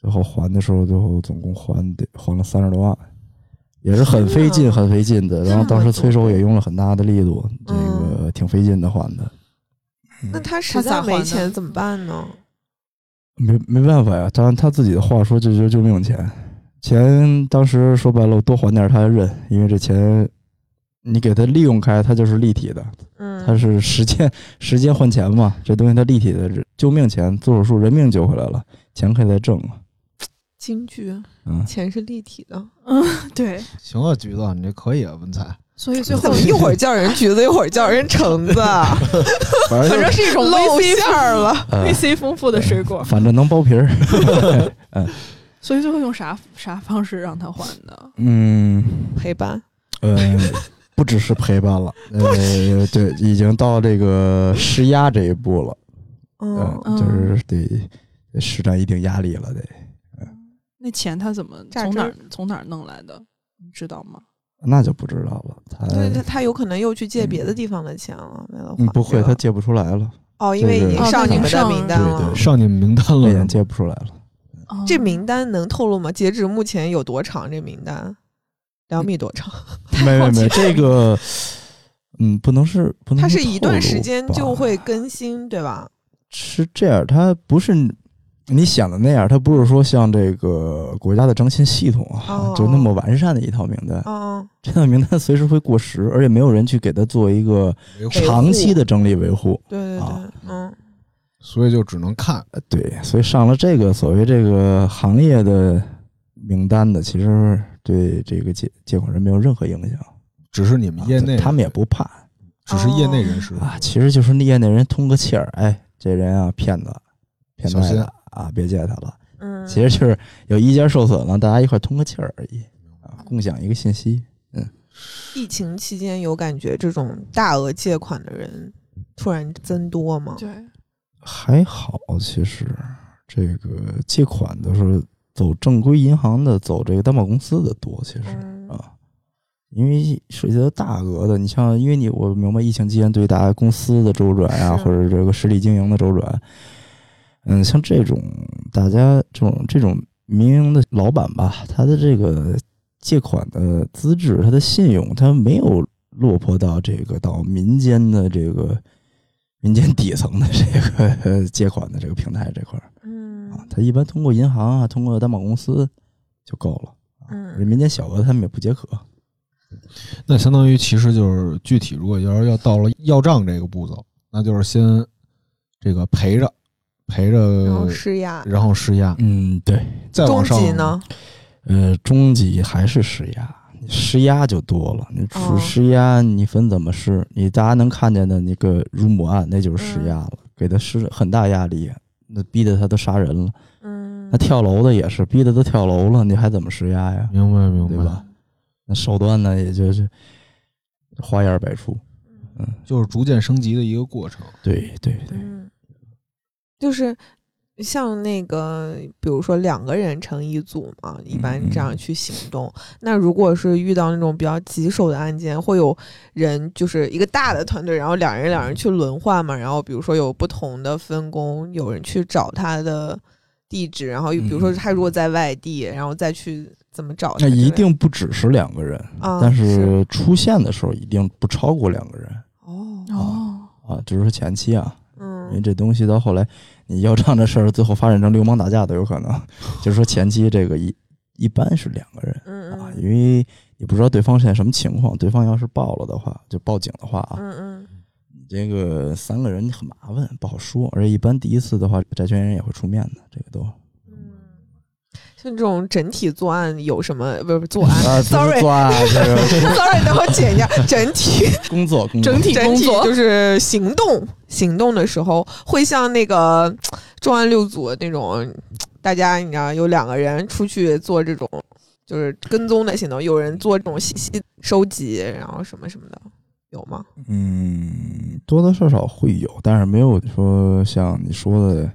[SPEAKER 3] 最后还的时候，最后总共还得还了三十多万。也是很费
[SPEAKER 4] 天
[SPEAKER 3] 劲，
[SPEAKER 4] 哪
[SPEAKER 3] 很费劲的。然后当时催收也用了很大的力度，这
[SPEAKER 4] 嗯
[SPEAKER 3] 个挺费劲的还的。
[SPEAKER 4] 那他实在没钱怎么办呢？
[SPEAKER 3] 没没办法呀，当然他自己的话说这就是救命钱，钱当时说白了我多还点儿他还认，因为这钱你给他利用开，它就是立体的，
[SPEAKER 4] 嗯，
[SPEAKER 3] 它是时间时间换钱嘛，这东西它立体的，救命钱做手术人命救回来了，钱可以再挣啊，
[SPEAKER 4] 京剧，
[SPEAKER 3] 嗯，
[SPEAKER 4] 钱是立体的， [laughs]
[SPEAKER 5] 对，
[SPEAKER 2] 行啊，橘子，你这可以啊，文采。
[SPEAKER 5] 所以最
[SPEAKER 4] 怎
[SPEAKER 5] 后
[SPEAKER 4] 么一
[SPEAKER 5] [laughs]
[SPEAKER 4] 会儿叫人橘子，一会儿叫人橙子，啊
[SPEAKER 3] [laughs] 反正
[SPEAKER 5] 反
[SPEAKER 3] 就
[SPEAKER 5] 正是一种
[SPEAKER 4] 露馅
[SPEAKER 5] VC
[SPEAKER 4] 儿了。
[SPEAKER 3] 呃
[SPEAKER 4] [laughs]
[SPEAKER 5] 丰 VC 丰富的水果，
[SPEAKER 3] 反正能剥皮儿，
[SPEAKER 5] 所以最后用啥啥方式让他还的？
[SPEAKER 3] 嗯，
[SPEAKER 4] 陪伴。
[SPEAKER 3] 呃，不只是陪伴了，呃，对，已经到这个施压这一步了，
[SPEAKER 4] 嗯，
[SPEAKER 3] 嗯，就是得得施展一定压力了，得。
[SPEAKER 5] 那钱他怎么
[SPEAKER 4] 榨
[SPEAKER 5] 从
[SPEAKER 4] 汁
[SPEAKER 5] 哪
[SPEAKER 4] 儿
[SPEAKER 5] 儿从哪儿弄来的？你知道吗？
[SPEAKER 3] 那就不知道了，他
[SPEAKER 4] 对他，他有可能又去借别的地方的钱了，为了还
[SPEAKER 3] 哎嗯不会，
[SPEAKER 4] 对吧
[SPEAKER 3] 他借不出来了，
[SPEAKER 4] 哦，因为
[SPEAKER 3] 这个
[SPEAKER 4] 已经
[SPEAKER 5] 哦
[SPEAKER 4] 上
[SPEAKER 5] 他已
[SPEAKER 4] 你
[SPEAKER 5] 经
[SPEAKER 4] 们的
[SPEAKER 5] 上
[SPEAKER 4] 名
[SPEAKER 5] 了
[SPEAKER 4] 单
[SPEAKER 3] 对
[SPEAKER 4] 了
[SPEAKER 3] 对。
[SPEAKER 2] 上你们名单了
[SPEAKER 3] 那
[SPEAKER 2] 是
[SPEAKER 3] 也
[SPEAKER 2] 吗，
[SPEAKER 3] 借不出来
[SPEAKER 4] [laughs]
[SPEAKER 3] 了。
[SPEAKER 5] 哦
[SPEAKER 4] 这
[SPEAKER 3] 嗯
[SPEAKER 4] 名单能透露吗？截止目前有多长？这名单
[SPEAKER 3] 嗯
[SPEAKER 4] 两米多长？
[SPEAKER 3] 没没
[SPEAKER 5] 好奇
[SPEAKER 4] [laughs]
[SPEAKER 3] 没，
[SPEAKER 5] 了
[SPEAKER 3] 这个， [laughs] 嗯，不能是不能
[SPEAKER 4] 它
[SPEAKER 3] 说
[SPEAKER 4] 是一段
[SPEAKER 3] 透露
[SPEAKER 4] 时间
[SPEAKER 3] 吧
[SPEAKER 4] 就会更新，对吧？
[SPEAKER 3] 是这样，它不是你想的那样，它不是说像这个国家的征信系统啊，
[SPEAKER 4] 哦
[SPEAKER 3] 就那么完善的一套名单。
[SPEAKER 4] 嗯，
[SPEAKER 3] 这套名单随时会过时，而且没有人去给它做一个
[SPEAKER 2] 维护
[SPEAKER 3] 长期的整理维护。
[SPEAKER 4] 对对对
[SPEAKER 3] 啊，
[SPEAKER 4] 嗯，
[SPEAKER 2] 所以就只能看。
[SPEAKER 3] 呃对，所以上了这个所谓这个行业的名单的，其实对这个借借款人没有任何影响。
[SPEAKER 2] 只是你们业内，
[SPEAKER 3] 啊他们也不怕
[SPEAKER 2] 只是业内人士。
[SPEAKER 3] 啊，其实就是业内人通个气儿，哎，这人啊骗子，骗
[SPEAKER 2] 小
[SPEAKER 3] 卖
[SPEAKER 2] 心
[SPEAKER 3] 的啊，别借他了。
[SPEAKER 4] 嗯，
[SPEAKER 3] 其实就是有一家受损了，大家一块儿通个气儿而已啊，共享一个信息。
[SPEAKER 4] 疫情期间有感觉这种大额借款的人突然增多吗？
[SPEAKER 5] 对，
[SPEAKER 3] 还好，其实这个借款都是走正规银行的，走这个担保公司的多，其实
[SPEAKER 4] 嗯
[SPEAKER 3] 啊，因为涉及到大额的，你像，因为你我明白疫情期间对大家公司的周转啊，
[SPEAKER 4] 是
[SPEAKER 3] 或者这个实体经营的周转，嗯，像这种大家这种这种民营的老板吧，他的这个借款的资质，他的信用，他没有落魄到这个到民间的这个民间底层的这个呃借款的这个平台这块儿啊
[SPEAKER 4] 嗯，
[SPEAKER 3] 他一般通过银行啊，通过担保公司就够了。
[SPEAKER 4] 嗯
[SPEAKER 3] 民间小额他们也不解渴，
[SPEAKER 2] 那相当于其实就是具体，如果要是要到了要账这个步骤，那就是先这个陪着陪
[SPEAKER 4] 然后
[SPEAKER 3] 呃
[SPEAKER 2] 着，
[SPEAKER 4] 施压，
[SPEAKER 2] 然后施压，
[SPEAKER 3] 嗯，对，
[SPEAKER 2] 再往
[SPEAKER 4] 终极
[SPEAKER 2] 上
[SPEAKER 4] 呢？
[SPEAKER 3] 呃，终极还是施压，你施压就多了。你
[SPEAKER 4] 哦
[SPEAKER 3] 除施压，你分怎么施？你大家能看见的那个乳母案，那就是
[SPEAKER 4] 嗯
[SPEAKER 3] 施压了，给他施很大压力，那逼得他都杀人了。
[SPEAKER 4] 嗯
[SPEAKER 3] 那，跳楼的也是，逼得都跳楼了，你还怎么施压呀？
[SPEAKER 2] 明白明
[SPEAKER 3] 对
[SPEAKER 2] 白
[SPEAKER 3] 吧，？那手段呢，也就是花样百出。
[SPEAKER 2] 就是逐渐升级的一个过程。 [laughs]
[SPEAKER 3] 对对对，
[SPEAKER 4] 嗯，就是像那个，比如说两个人成一组嘛，
[SPEAKER 3] 嗯
[SPEAKER 4] 一般这样去行动。那如果是遇到那种比较棘手的案件，会有人就是一个大的团队，然后两人两人去轮换嘛，然后比如说有不同的分工，有人去找他的地址，然后比如说
[SPEAKER 3] 嗯
[SPEAKER 4] 他如果在外地，然后再去怎么找他
[SPEAKER 3] 那
[SPEAKER 4] 之类的？
[SPEAKER 3] 一定不只是两个人，
[SPEAKER 4] 啊，
[SPEAKER 3] 但
[SPEAKER 4] 是
[SPEAKER 3] 是出现的时候一定不超过两个人
[SPEAKER 4] 哦，
[SPEAKER 5] 哦，
[SPEAKER 3] 啊，只是说前期啊。因为
[SPEAKER 4] 嗯
[SPEAKER 3] 这东西到后来，你要账这事儿，最后发展成流氓打架都有可
[SPEAKER 4] [laughs]
[SPEAKER 3] 能。就是说前期这个一一般是两个人
[SPEAKER 4] 嗯
[SPEAKER 3] 啊，
[SPEAKER 4] 嗯
[SPEAKER 3] 因为你不知道对方现在什么情况，对方要是报了的话，就报警的话啊，
[SPEAKER 4] 嗯
[SPEAKER 3] 你这个三个人很麻烦，不好说。而且一般第一次的话，债权人也会出面的，这个
[SPEAKER 4] [laughs]
[SPEAKER 3] 都
[SPEAKER 4] 嗯嗯，像这种整体作案有什么？不是不是作案
[SPEAKER 3] 啊，不
[SPEAKER 4] ，sorry
[SPEAKER 3] [laughs] 是作案，这个
[SPEAKER 4] [laughs] Sorry，等我剪
[SPEAKER 3] [laughs]
[SPEAKER 4] 一下。整
[SPEAKER 5] [laughs]
[SPEAKER 4] 体
[SPEAKER 3] 工作工作
[SPEAKER 5] 整体
[SPEAKER 4] 整
[SPEAKER 5] 工
[SPEAKER 4] 体
[SPEAKER 5] 作
[SPEAKER 4] 就是行动，行动的时候会像那个嘖重案六组那种，嘖大家你知道有两个人出去做这种就是跟踪的行动，有人做这种信息收集，然后什么什么的，有吗？
[SPEAKER 3] 嗯，多多少少会有，但是没有说像你说的。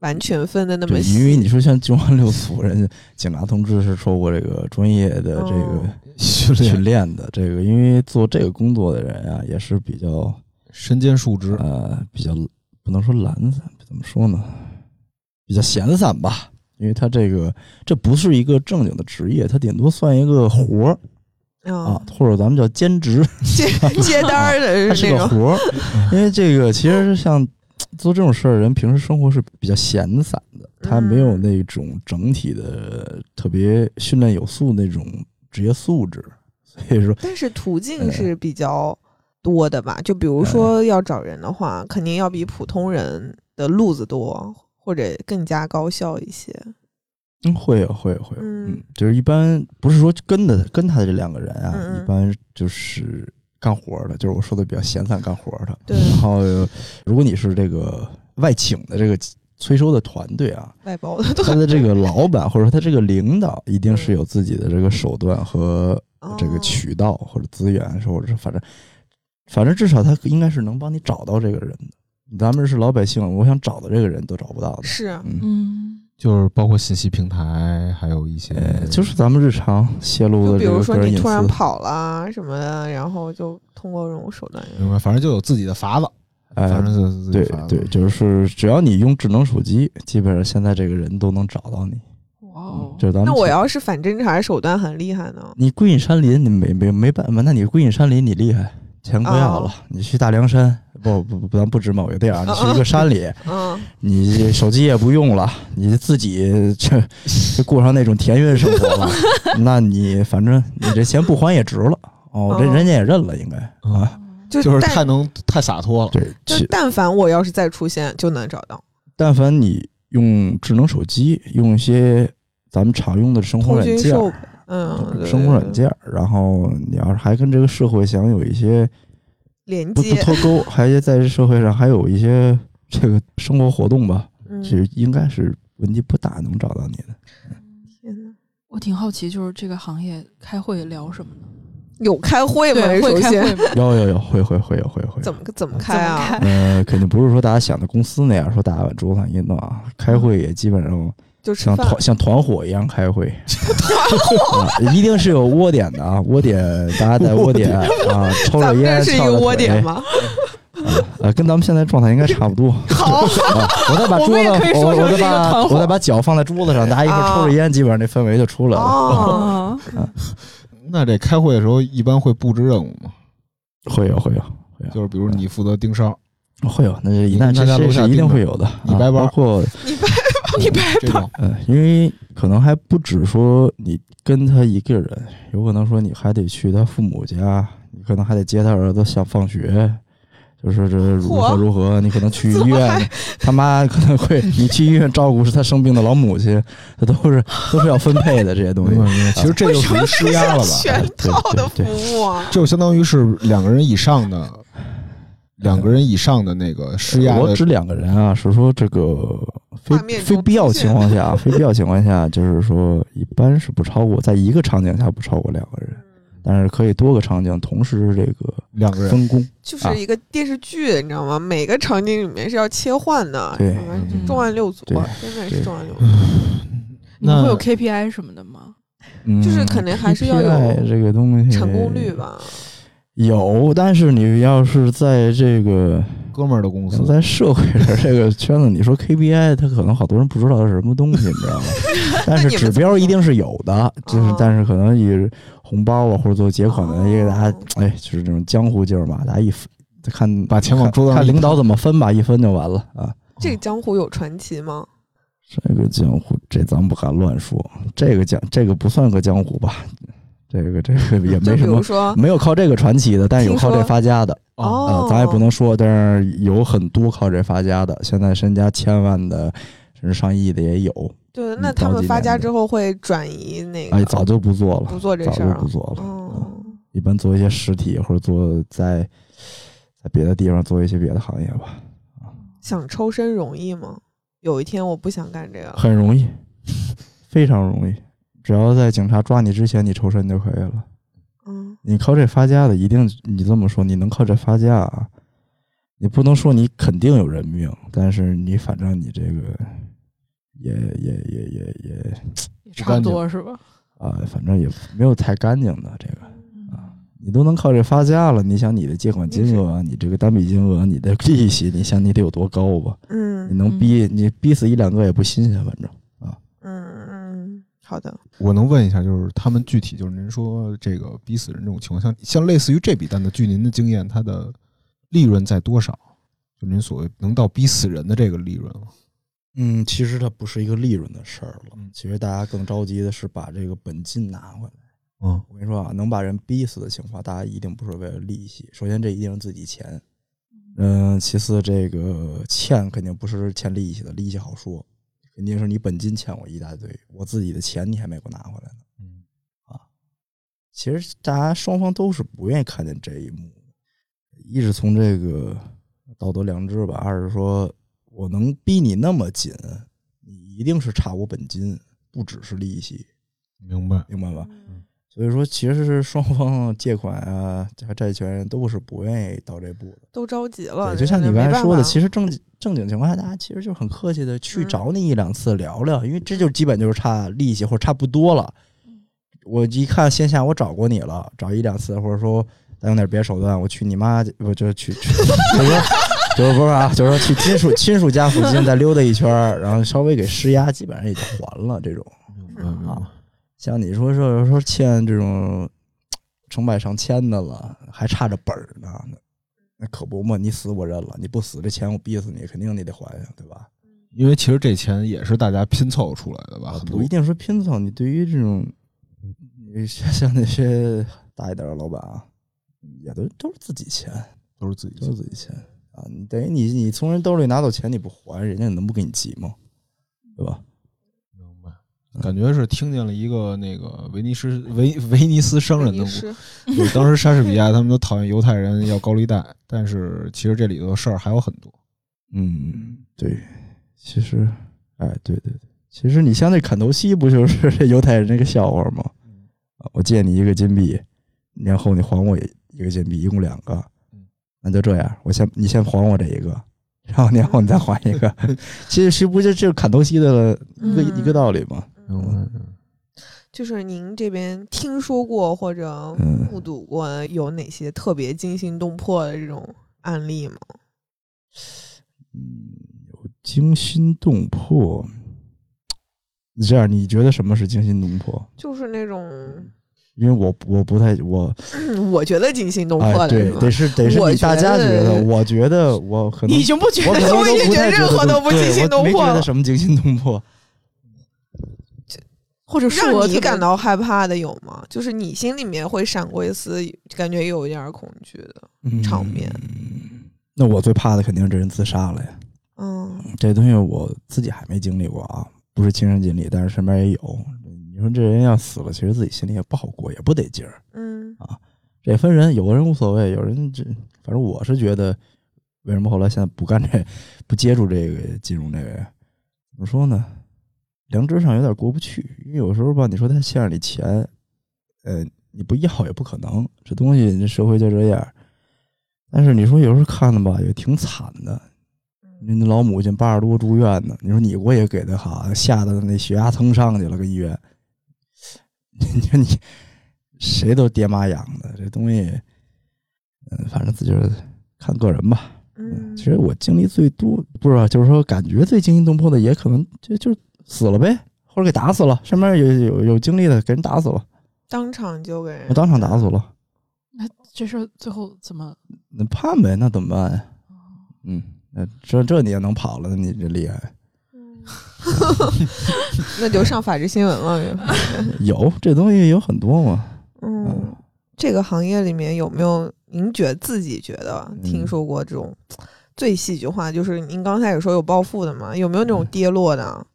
[SPEAKER 4] 完全分的那么
[SPEAKER 3] 对，
[SPEAKER 4] 细，
[SPEAKER 3] 因为你说像九万六组，人家警察同志是受过这个专业的这
[SPEAKER 4] 哦
[SPEAKER 3] 个
[SPEAKER 2] 训
[SPEAKER 3] [laughs] 训练的，这个因为做这个工作的人啊，也是比较
[SPEAKER 2] 身兼数职，
[SPEAKER 3] 呃比较不能说懒散，怎么说呢，比较闲散吧，因为他这个这不是一个正经的职业，他顶多算一个活儿啊
[SPEAKER 4] 啊，，
[SPEAKER 3] 或者咱们叫兼职，
[SPEAKER 4] 接接单儿
[SPEAKER 3] [laughs]
[SPEAKER 4] 的
[SPEAKER 3] 它是
[SPEAKER 4] 那
[SPEAKER 3] 个
[SPEAKER 4] 种，
[SPEAKER 3] 活儿。
[SPEAKER 4] [laughs]
[SPEAKER 3] 因为这个其实像做这种事儿的人，平时生活是比较闲散的，他没
[SPEAKER 4] 嗯
[SPEAKER 3] 有那种整体的特别训练有素那种职业素质，所以说
[SPEAKER 4] 但是途
[SPEAKER 3] 嗯
[SPEAKER 4] 径是比较多的吧？就比如说要找人的话，肯定要比普通人的路子多，或者更加高效一些。
[SPEAKER 3] 嗯会有会有会有，
[SPEAKER 4] 嗯
[SPEAKER 3] 嗯，就是一般不是说跟的跟他的这两个人啊，
[SPEAKER 4] 嗯嗯
[SPEAKER 3] 一般就是干活儿的，就是我说的比较闲散干活儿的。
[SPEAKER 4] 对
[SPEAKER 3] 然后，如果你是这个外请的这个催收的团队啊，
[SPEAKER 4] 外包的都
[SPEAKER 3] 他的这个老板或者说他这个领导一定是有自己的这个手段和 [laughs] 这
[SPEAKER 4] 哦
[SPEAKER 3] 个渠道或者资源，或者是反正反正至少他应该是能帮你找到这个人的。咱们是老百姓，我想找到这个人都找不到的。
[SPEAKER 4] 是
[SPEAKER 3] 嗯，
[SPEAKER 5] 嗯，
[SPEAKER 2] 就是包括信息平台，还有一些
[SPEAKER 3] 呃，就是咱们日常泄露
[SPEAKER 4] 就
[SPEAKER 3] 的
[SPEAKER 4] 比
[SPEAKER 3] 这
[SPEAKER 4] 如
[SPEAKER 3] 个
[SPEAKER 4] 说
[SPEAKER 3] 个人
[SPEAKER 4] 你
[SPEAKER 3] 隐
[SPEAKER 4] 突然
[SPEAKER 3] 私，
[SPEAKER 4] 跑了什么的，然后就通过这种手段，
[SPEAKER 3] 嗯
[SPEAKER 2] 明白，反正就有自己的法子，
[SPEAKER 3] 哎
[SPEAKER 2] 反，正就是自己
[SPEAKER 3] 对
[SPEAKER 2] 法子
[SPEAKER 3] 对，就是只要你用智能手机，基本上现在这个人都能找到你。嗯
[SPEAKER 5] 哇哦，
[SPEAKER 3] 就是咱们
[SPEAKER 4] 那我
[SPEAKER 3] 前
[SPEAKER 4] 要是反侦查手段很厉害呢？
[SPEAKER 3] 你归隐山林，你没没没办法，那你归隐山林你厉害，钱不要了，
[SPEAKER 4] 哦
[SPEAKER 3] 你去大凉山，不不不，咱不止某个地儿啊，你去一个山里，
[SPEAKER 4] [laughs] 嗯，
[SPEAKER 3] [laughs] 你手机也不用了，你自己这这过上那种田园生活了，
[SPEAKER 4] [laughs]
[SPEAKER 3] 那你反正你这钱不还也值了。哦，这
[SPEAKER 4] 哦
[SPEAKER 3] 人家也认了，应该啊，
[SPEAKER 4] 就
[SPEAKER 2] 就是
[SPEAKER 4] 但
[SPEAKER 2] 太能太洒脱了，
[SPEAKER 3] 对，
[SPEAKER 4] 就
[SPEAKER 3] 去，
[SPEAKER 4] 但凡我要是再出现，就能找到
[SPEAKER 3] 但凡你用智能手机，用一些咱们常用的生活
[SPEAKER 4] 通
[SPEAKER 3] 软
[SPEAKER 4] 讯
[SPEAKER 3] 件儿，
[SPEAKER 4] 授，嗯，对
[SPEAKER 3] 生活软件儿，然后你要是还跟这个社会想有一些
[SPEAKER 4] 连
[SPEAKER 3] 不不
[SPEAKER 4] 接，
[SPEAKER 3] 脱钩，还在社会上还有一些这个生活活动吧，
[SPEAKER 4] 嗯，
[SPEAKER 3] 其实应该是问题不大能找到你
[SPEAKER 4] [laughs]
[SPEAKER 3] 的。
[SPEAKER 4] 天哪
[SPEAKER 5] 我挺好奇，就是这个行业开会聊什么呢？
[SPEAKER 4] 有开会吗？
[SPEAKER 5] 对，
[SPEAKER 4] 首
[SPEAKER 5] 会开
[SPEAKER 4] 先
[SPEAKER 5] 会吗？
[SPEAKER 3] 有有有，会会会有会会。
[SPEAKER 4] 怎么怎么
[SPEAKER 5] 怎么
[SPEAKER 4] 啊开 [laughs] 啊？
[SPEAKER 5] 开？
[SPEAKER 3] 呃，肯定不是说大家想的公司那样，说大家把桌子上一弄啊，开会也基本上
[SPEAKER 4] 就吃
[SPEAKER 3] 像
[SPEAKER 4] 饭
[SPEAKER 3] 团像团伙一样开
[SPEAKER 4] [laughs]
[SPEAKER 3] 会，团伙一定是有窝点的啊，窝点大家在窝点啊，抽
[SPEAKER 4] 咱
[SPEAKER 3] 着
[SPEAKER 4] 们这
[SPEAKER 3] 烟，
[SPEAKER 4] 是一
[SPEAKER 3] 翘
[SPEAKER 4] 个
[SPEAKER 3] 着
[SPEAKER 4] 窝
[SPEAKER 3] 腿 [laughs]
[SPEAKER 4] 点吗？
[SPEAKER 3] 呃，跟咱们现在状态应该差不多。
[SPEAKER 4] 好，
[SPEAKER 3] 啊 [laughs] 我再把
[SPEAKER 5] 我
[SPEAKER 3] 桌
[SPEAKER 5] 们
[SPEAKER 3] 子，
[SPEAKER 5] 也可以
[SPEAKER 3] 我
[SPEAKER 5] 说
[SPEAKER 3] 我
[SPEAKER 5] 成
[SPEAKER 3] 再
[SPEAKER 5] 是一个
[SPEAKER 3] 把
[SPEAKER 5] 团伙
[SPEAKER 3] 我再把脚放在桌子上，大家一块儿抽着烟，基本上那氛围就出来了。
[SPEAKER 4] [laughs] 哦， [laughs]
[SPEAKER 5] 啊，
[SPEAKER 2] 那这开会的时候一般会布置任务吗？
[SPEAKER 3] 会有会有
[SPEAKER 2] 就是比如你负责盯梢，
[SPEAKER 3] 会有，那一旦
[SPEAKER 2] 你跟大
[SPEAKER 3] 这
[SPEAKER 2] 家
[SPEAKER 3] 这
[SPEAKER 2] 楼下
[SPEAKER 3] 是一
[SPEAKER 2] 盯
[SPEAKER 3] 定
[SPEAKER 2] 着
[SPEAKER 3] 会有的。
[SPEAKER 2] 你
[SPEAKER 3] 啊
[SPEAKER 2] 掰弯
[SPEAKER 3] 包
[SPEAKER 2] 儿
[SPEAKER 3] 括
[SPEAKER 4] 你白
[SPEAKER 2] 你白这种
[SPEAKER 3] 呃，因为可能还不止说你跟他一个人，有可能说你还得去他父母家，你可能还得接他儿子上放学，就是这如何
[SPEAKER 4] 嚯
[SPEAKER 3] 如何，你可能去医
[SPEAKER 4] 怎么
[SPEAKER 3] 院
[SPEAKER 4] 还，
[SPEAKER 3] 他妈可能会你去医院照顾是他生病的老母亲，这都是都是要分配的这些东西
[SPEAKER 2] 明白。明白。其实这就
[SPEAKER 4] 为什
[SPEAKER 2] 属于
[SPEAKER 4] 么
[SPEAKER 2] 施压了
[SPEAKER 4] 这
[SPEAKER 2] 吧
[SPEAKER 4] 是？全套的服
[SPEAKER 3] 对对
[SPEAKER 4] 务
[SPEAKER 3] [laughs]
[SPEAKER 4] 啊？
[SPEAKER 2] 就相当于是两个人以上的，两个人以上的那个施压
[SPEAKER 3] 我
[SPEAKER 2] 的
[SPEAKER 3] 指两个人啊，是说这个非
[SPEAKER 4] 画面中
[SPEAKER 3] 非必要
[SPEAKER 4] 出现
[SPEAKER 3] 情况
[SPEAKER 4] [laughs]
[SPEAKER 3] 下，非必要情况下，就是说一般是不超过，在一个场景下不超过两个人，
[SPEAKER 4] 嗯
[SPEAKER 3] 但是可以多个场景同时这个
[SPEAKER 2] 两个人。
[SPEAKER 3] 分工。
[SPEAKER 4] 就是一个
[SPEAKER 3] 啊
[SPEAKER 4] 电视剧，你知道吗？每个场景里面是要切换的，
[SPEAKER 3] 对
[SPEAKER 4] 什么
[SPEAKER 2] 嗯
[SPEAKER 4] 重案六组啊
[SPEAKER 3] 对，
[SPEAKER 4] 真的
[SPEAKER 3] 对
[SPEAKER 4] 是重案六组，
[SPEAKER 5] 你们
[SPEAKER 2] 那
[SPEAKER 5] 会有 KPI 什么的吗？
[SPEAKER 3] 嗯，
[SPEAKER 4] 就是肯定还是要有
[SPEAKER 3] KPI 这个东西
[SPEAKER 4] 成功率吧？
[SPEAKER 3] 有，但是你要是在这个
[SPEAKER 2] 哥们儿的公司，
[SPEAKER 3] 在社会上这个圈子，你说 KPI，他可能好多人不知道是什么东西，你知道
[SPEAKER 4] [laughs]
[SPEAKER 3] 吗？但是
[SPEAKER 4] 那你们
[SPEAKER 3] 指标一定是有的，就是
[SPEAKER 4] 哦
[SPEAKER 3] 但是可能以红包啊或者做结款的，也给大家
[SPEAKER 4] 哦
[SPEAKER 3] 哎，就是这种江湖劲儿嘛，大家一分看
[SPEAKER 2] 把钱往
[SPEAKER 3] 看
[SPEAKER 2] 桌子上
[SPEAKER 3] 看
[SPEAKER 2] 一
[SPEAKER 3] 领导
[SPEAKER 2] 摊
[SPEAKER 3] 怎么分吧，一分就完了啊。
[SPEAKER 4] 这个江湖有传奇吗？
[SPEAKER 3] 这个江湖，这咱不敢乱说，这个江这个不算个江湖吧，这个这个也
[SPEAKER 4] 就
[SPEAKER 3] 没
[SPEAKER 4] 比
[SPEAKER 3] 什么嗯
[SPEAKER 4] 如。说，
[SPEAKER 3] 没有靠这个传奇的，但是有
[SPEAKER 4] 啊听
[SPEAKER 3] 靠这
[SPEAKER 4] 说
[SPEAKER 3] 发家的。啊
[SPEAKER 4] 哦，，
[SPEAKER 3] 咱也不能说，但是有很多靠这发家的，现在身家千万的，甚至上亿的也有，
[SPEAKER 4] 对，
[SPEAKER 3] 嗯
[SPEAKER 4] 那他
[SPEAKER 3] 早
[SPEAKER 4] 们
[SPEAKER 3] 几
[SPEAKER 4] 发
[SPEAKER 3] 年
[SPEAKER 4] 家
[SPEAKER 3] 的
[SPEAKER 4] 之后会转移那个，
[SPEAKER 3] 哎，早就不做了，
[SPEAKER 4] 不做这
[SPEAKER 3] 早
[SPEAKER 4] 事
[SPEAKER 3] 就
[SPEAKER 4] 儿啊
[SPEAKER 3] 不做了。嗯
[SPEAKER 4] 哦，
[SPEAKER 3] 一般做一些实体，或者做在在别的地方做一些别的行业吧，
[SPEAKER 4] 想抽身容易吗？有一天我不想干这个
[SPEAKER 3] [laughs]
[SPEAKER 4] 了，
[SPEAKER 3] 很容易，非常容易，只要在警察抓你之前你抽身就可以了。
[SPEAKER 4] 嗯，
[SPEAKER 3] 你靠这发家的，一定你这么说，你能靠这发家啊？你不能说你肯定有人命，但是你反正你这个也也也也也
[SPEAKER 5] 也差不多是吧？
[SPEAKER 3] 啊、反正也没有太干净的这个啊，你都能靠这发家了，你想你的借款金额，啊你这个单笔金额，啊你的利息，你想你得有多高吧？你
[SPEAKER 4] 嗯
[SPEAKER 3] 能逼你逼死一两个也不新鲜，反正
[SPEAKER 4] 嗯嗯，好的，
[SPEAKER 2] 我能问一下，就是他们具体就是您说这个逼死人这种情况，像像类似于这笔单子，据您的经验，它的利润在多少？就您所谓能到逼死人的这个利润吗
[SPEAKER 3] 嗯，其实它不是一个利润的事儿了，其实大家更着急的是把这个本金拿回来。
[SPEAKER 2] 嗯，
[SPEAKER 3] 我跟你说啊，能把人逼死的情况，大家一定不是为了利息。首先，这一定是自己钱。嗯，其次，这个欠肯定不是欠利息的，利息好说，肯定是你本金欠我一大堆，我自己的钱你还没给我拿回来呢。
[SPEAKER 2] 嗯，
[SPEAKER 3] 啊，其实大家双方都是不愿意看见这一幕，一是从这个道德良知吧，二是说我能逼你那么紧，你一定是差我本金，不只是利息，
[SPEAKER 2] 明白。
[SPEAKER 3] 明白吧？所以说，其实是双方借款啊、加债权人都是不愿意到这步的。
[SPEAKER 4] 都着急了，
[SPEAKER 3] 对，就像你刚才说的，其
[SPEAKER 4] 实
[SPEAKER 3] 实正经正经情况下，大家其实就很客气的去
[SPEAKER 4] 嗯
[SPEAKER 3] 找你一两次聊聊，因为这就基本就是差利息或者差不多了。我一看线下我找过你了，找一两次，或者说咱用点别的手段，我去你妈，我就去， [laughs] 去就是说就是不是啊，就是说去亲属亲属家附近再溜达一圈儿，然后稍微给施压，基本上也就还了这种。
[SPEAKER 2] 嗯
[SPEAKER 3] 啊，像你说说说欠这种成百上千的了，还差着本儿呢，那那可不嘛，你死我认了，你不死这钱我逼死你，肯定你得还呀，对吧？
[SPEAKER 2] 因为其实这钱也是大家拼凑出来的吧，
[SPEAKER 3] 啊
[SPEAKER 2] 很多嗯
[SPEAKER 3] 不一定说拼凑，你对于这种，你像那些大一点的老板啊，也都都是自己钱，
[SPEAKER 2] 都是自己
[SPEAKER 3] 都是自己钱啊，你等于你你从人兜里拿走钱你不还，人家能不给你急吗？对吧？
[SPEAKER 2] 明白。感觉是听见了一个那个威尼斯维威尼斯商人的故事。对，当时莎士比亚他们都讨厌犹太人要高利贷，但是其实这里头事儿还有很多。
[SPEAKER 3] 嗯，对，其实，哎，对对对，其实你像那砍头西不就是这犹太人那个笑话吗？啊我借你一个金币，然后你还我一个金币，一共两个
[SPEAKER 2] 嗯，
[SPEAKER 3] 那就这样，我先你先还我这一个，然后然后你再还一 [laughs] 个，其实是不就就是砍头西的一个、一个道理吗？
[SPEAKER 2] 嗯
[SPEAKER 4] 就是您这边听说过或者
[SPEAKER 3] 嗯
[SPEAKER 4] 目睹过有哪些特别惊心动魄的这种案例吗？
[SPEAKER 3] 嗯，有惊心动魄。你这样，你觉得什么是惊心动魄？
[SPEAKER 4] 就是那种嗯
[SPEAKER 3] 因为我我不太我
[SPEAKER 4] 我觉得惊心动
[SPEAKER 3] 哎，
[SPEAKER 4] 魄的
[SPEAKER 3] 对
[SPEAKER 4] 是，吗，
[SPEAKER 3] 得是得是
[SPEAKER 4] 我
[SPEAKER 3] 你
[SPEAKER 4] 觉
[SPEAKER 3] 大家觉
[SPEAKER 4] 得
[SPEAKER 3] 得，我觉得我可能
[SPEAKER 4] 你已经不觉
[SPEAKER 3] 我可
[SPEAKER 4] 得，
[SPEAKER 3] 能
[SPEAKER 4] 我已经
[SPEAKER 3] 不
[SPEAKER 4] 觉
[SPEAKER 3] 太
[SPEAKER 4] 得任何都不
[SPEAKER 3] 对
[SPEAKER 4] 惊心
[SPEAKER 3] 我
[SPEAKER 4] 动
[SPEAKER 3] 没
[SPEAKER 4] 魄
[SPEAKER 3] 觉得
[SPEAKER 4] 了，
[SPEAKER 3] 什么惊心动魄。
[SPEAKER 5] 或者是我
[SPEAKER 4] 让
[SPEAKER 5] 特
[SPEAKER 4] 你
[SPEAKER 5] 别
[SPEAKER 4] 感到害怕的有吗？就是你心里面会闪过一丝感觉有一点恐惧的嗯场面，
[SPEAKER 3] 那我最怕的肯定是这人自杀了呀，
[SPEAKER 4] 嗯
[SPEAKER 3] 这东西我自己还没经历过啊，不是亲身经历，但是身边也有。你说这人要死了，其实自己心里也不好过，也不得劲儿。
[SPEAKER 4] 嗯
[SPEAKER 3] 这也分人，有的人无所谓，有人这，反正我是觉得，为什么后来现在不干这，不接触这个金融这个呀？怎么说呢？良知上有点过不去，因为有时候吧，你说他欠着你钱，呃，你不要也不可能，这东西这社会就这样。但是你说有时候看的吧，也挺惨的。你那老母亲八十多住院呢，你说你我也给他哈，吓得那血压蹭上去了，跟医院。 [laughs] 你说你谁都爹妈养的，这东西，嗯，反正自己就是看个人吧。
[SPEAKER 4] 嗯，
[SPEAKER 3] 其实我经历最多，不是啊，就是说感觉最惊心动魄的，也可能就就死了呗，或者给打死了。身边有有有经历的，给人打死了，
[SPEAKER 4] 当场就给人
[SPEAKER 3] 我当场打死了，
[SPEAKER 5] 那这事儿最后怎么？
[SPEAKER 3] 那判呗，那怎么办呀？嗯，那这这你也能跑了，那你这厉害。
[SPEAKER 4] [laughs] 那就上法制新闻了。就
[SPEAKER 3] 有这东西有很多嘛，
[SPEAKER 4] 嗯，这个行业里面有没有您觉自己觉得
[SPEAKER 3] 嗯
[SPEAKER 4] 听说过这种最戏剧化？就是您刚开始说有暴富的嘛，有没有
[SPEAKER 3] 嗯
[SPEAKER 4] 那种跌落的？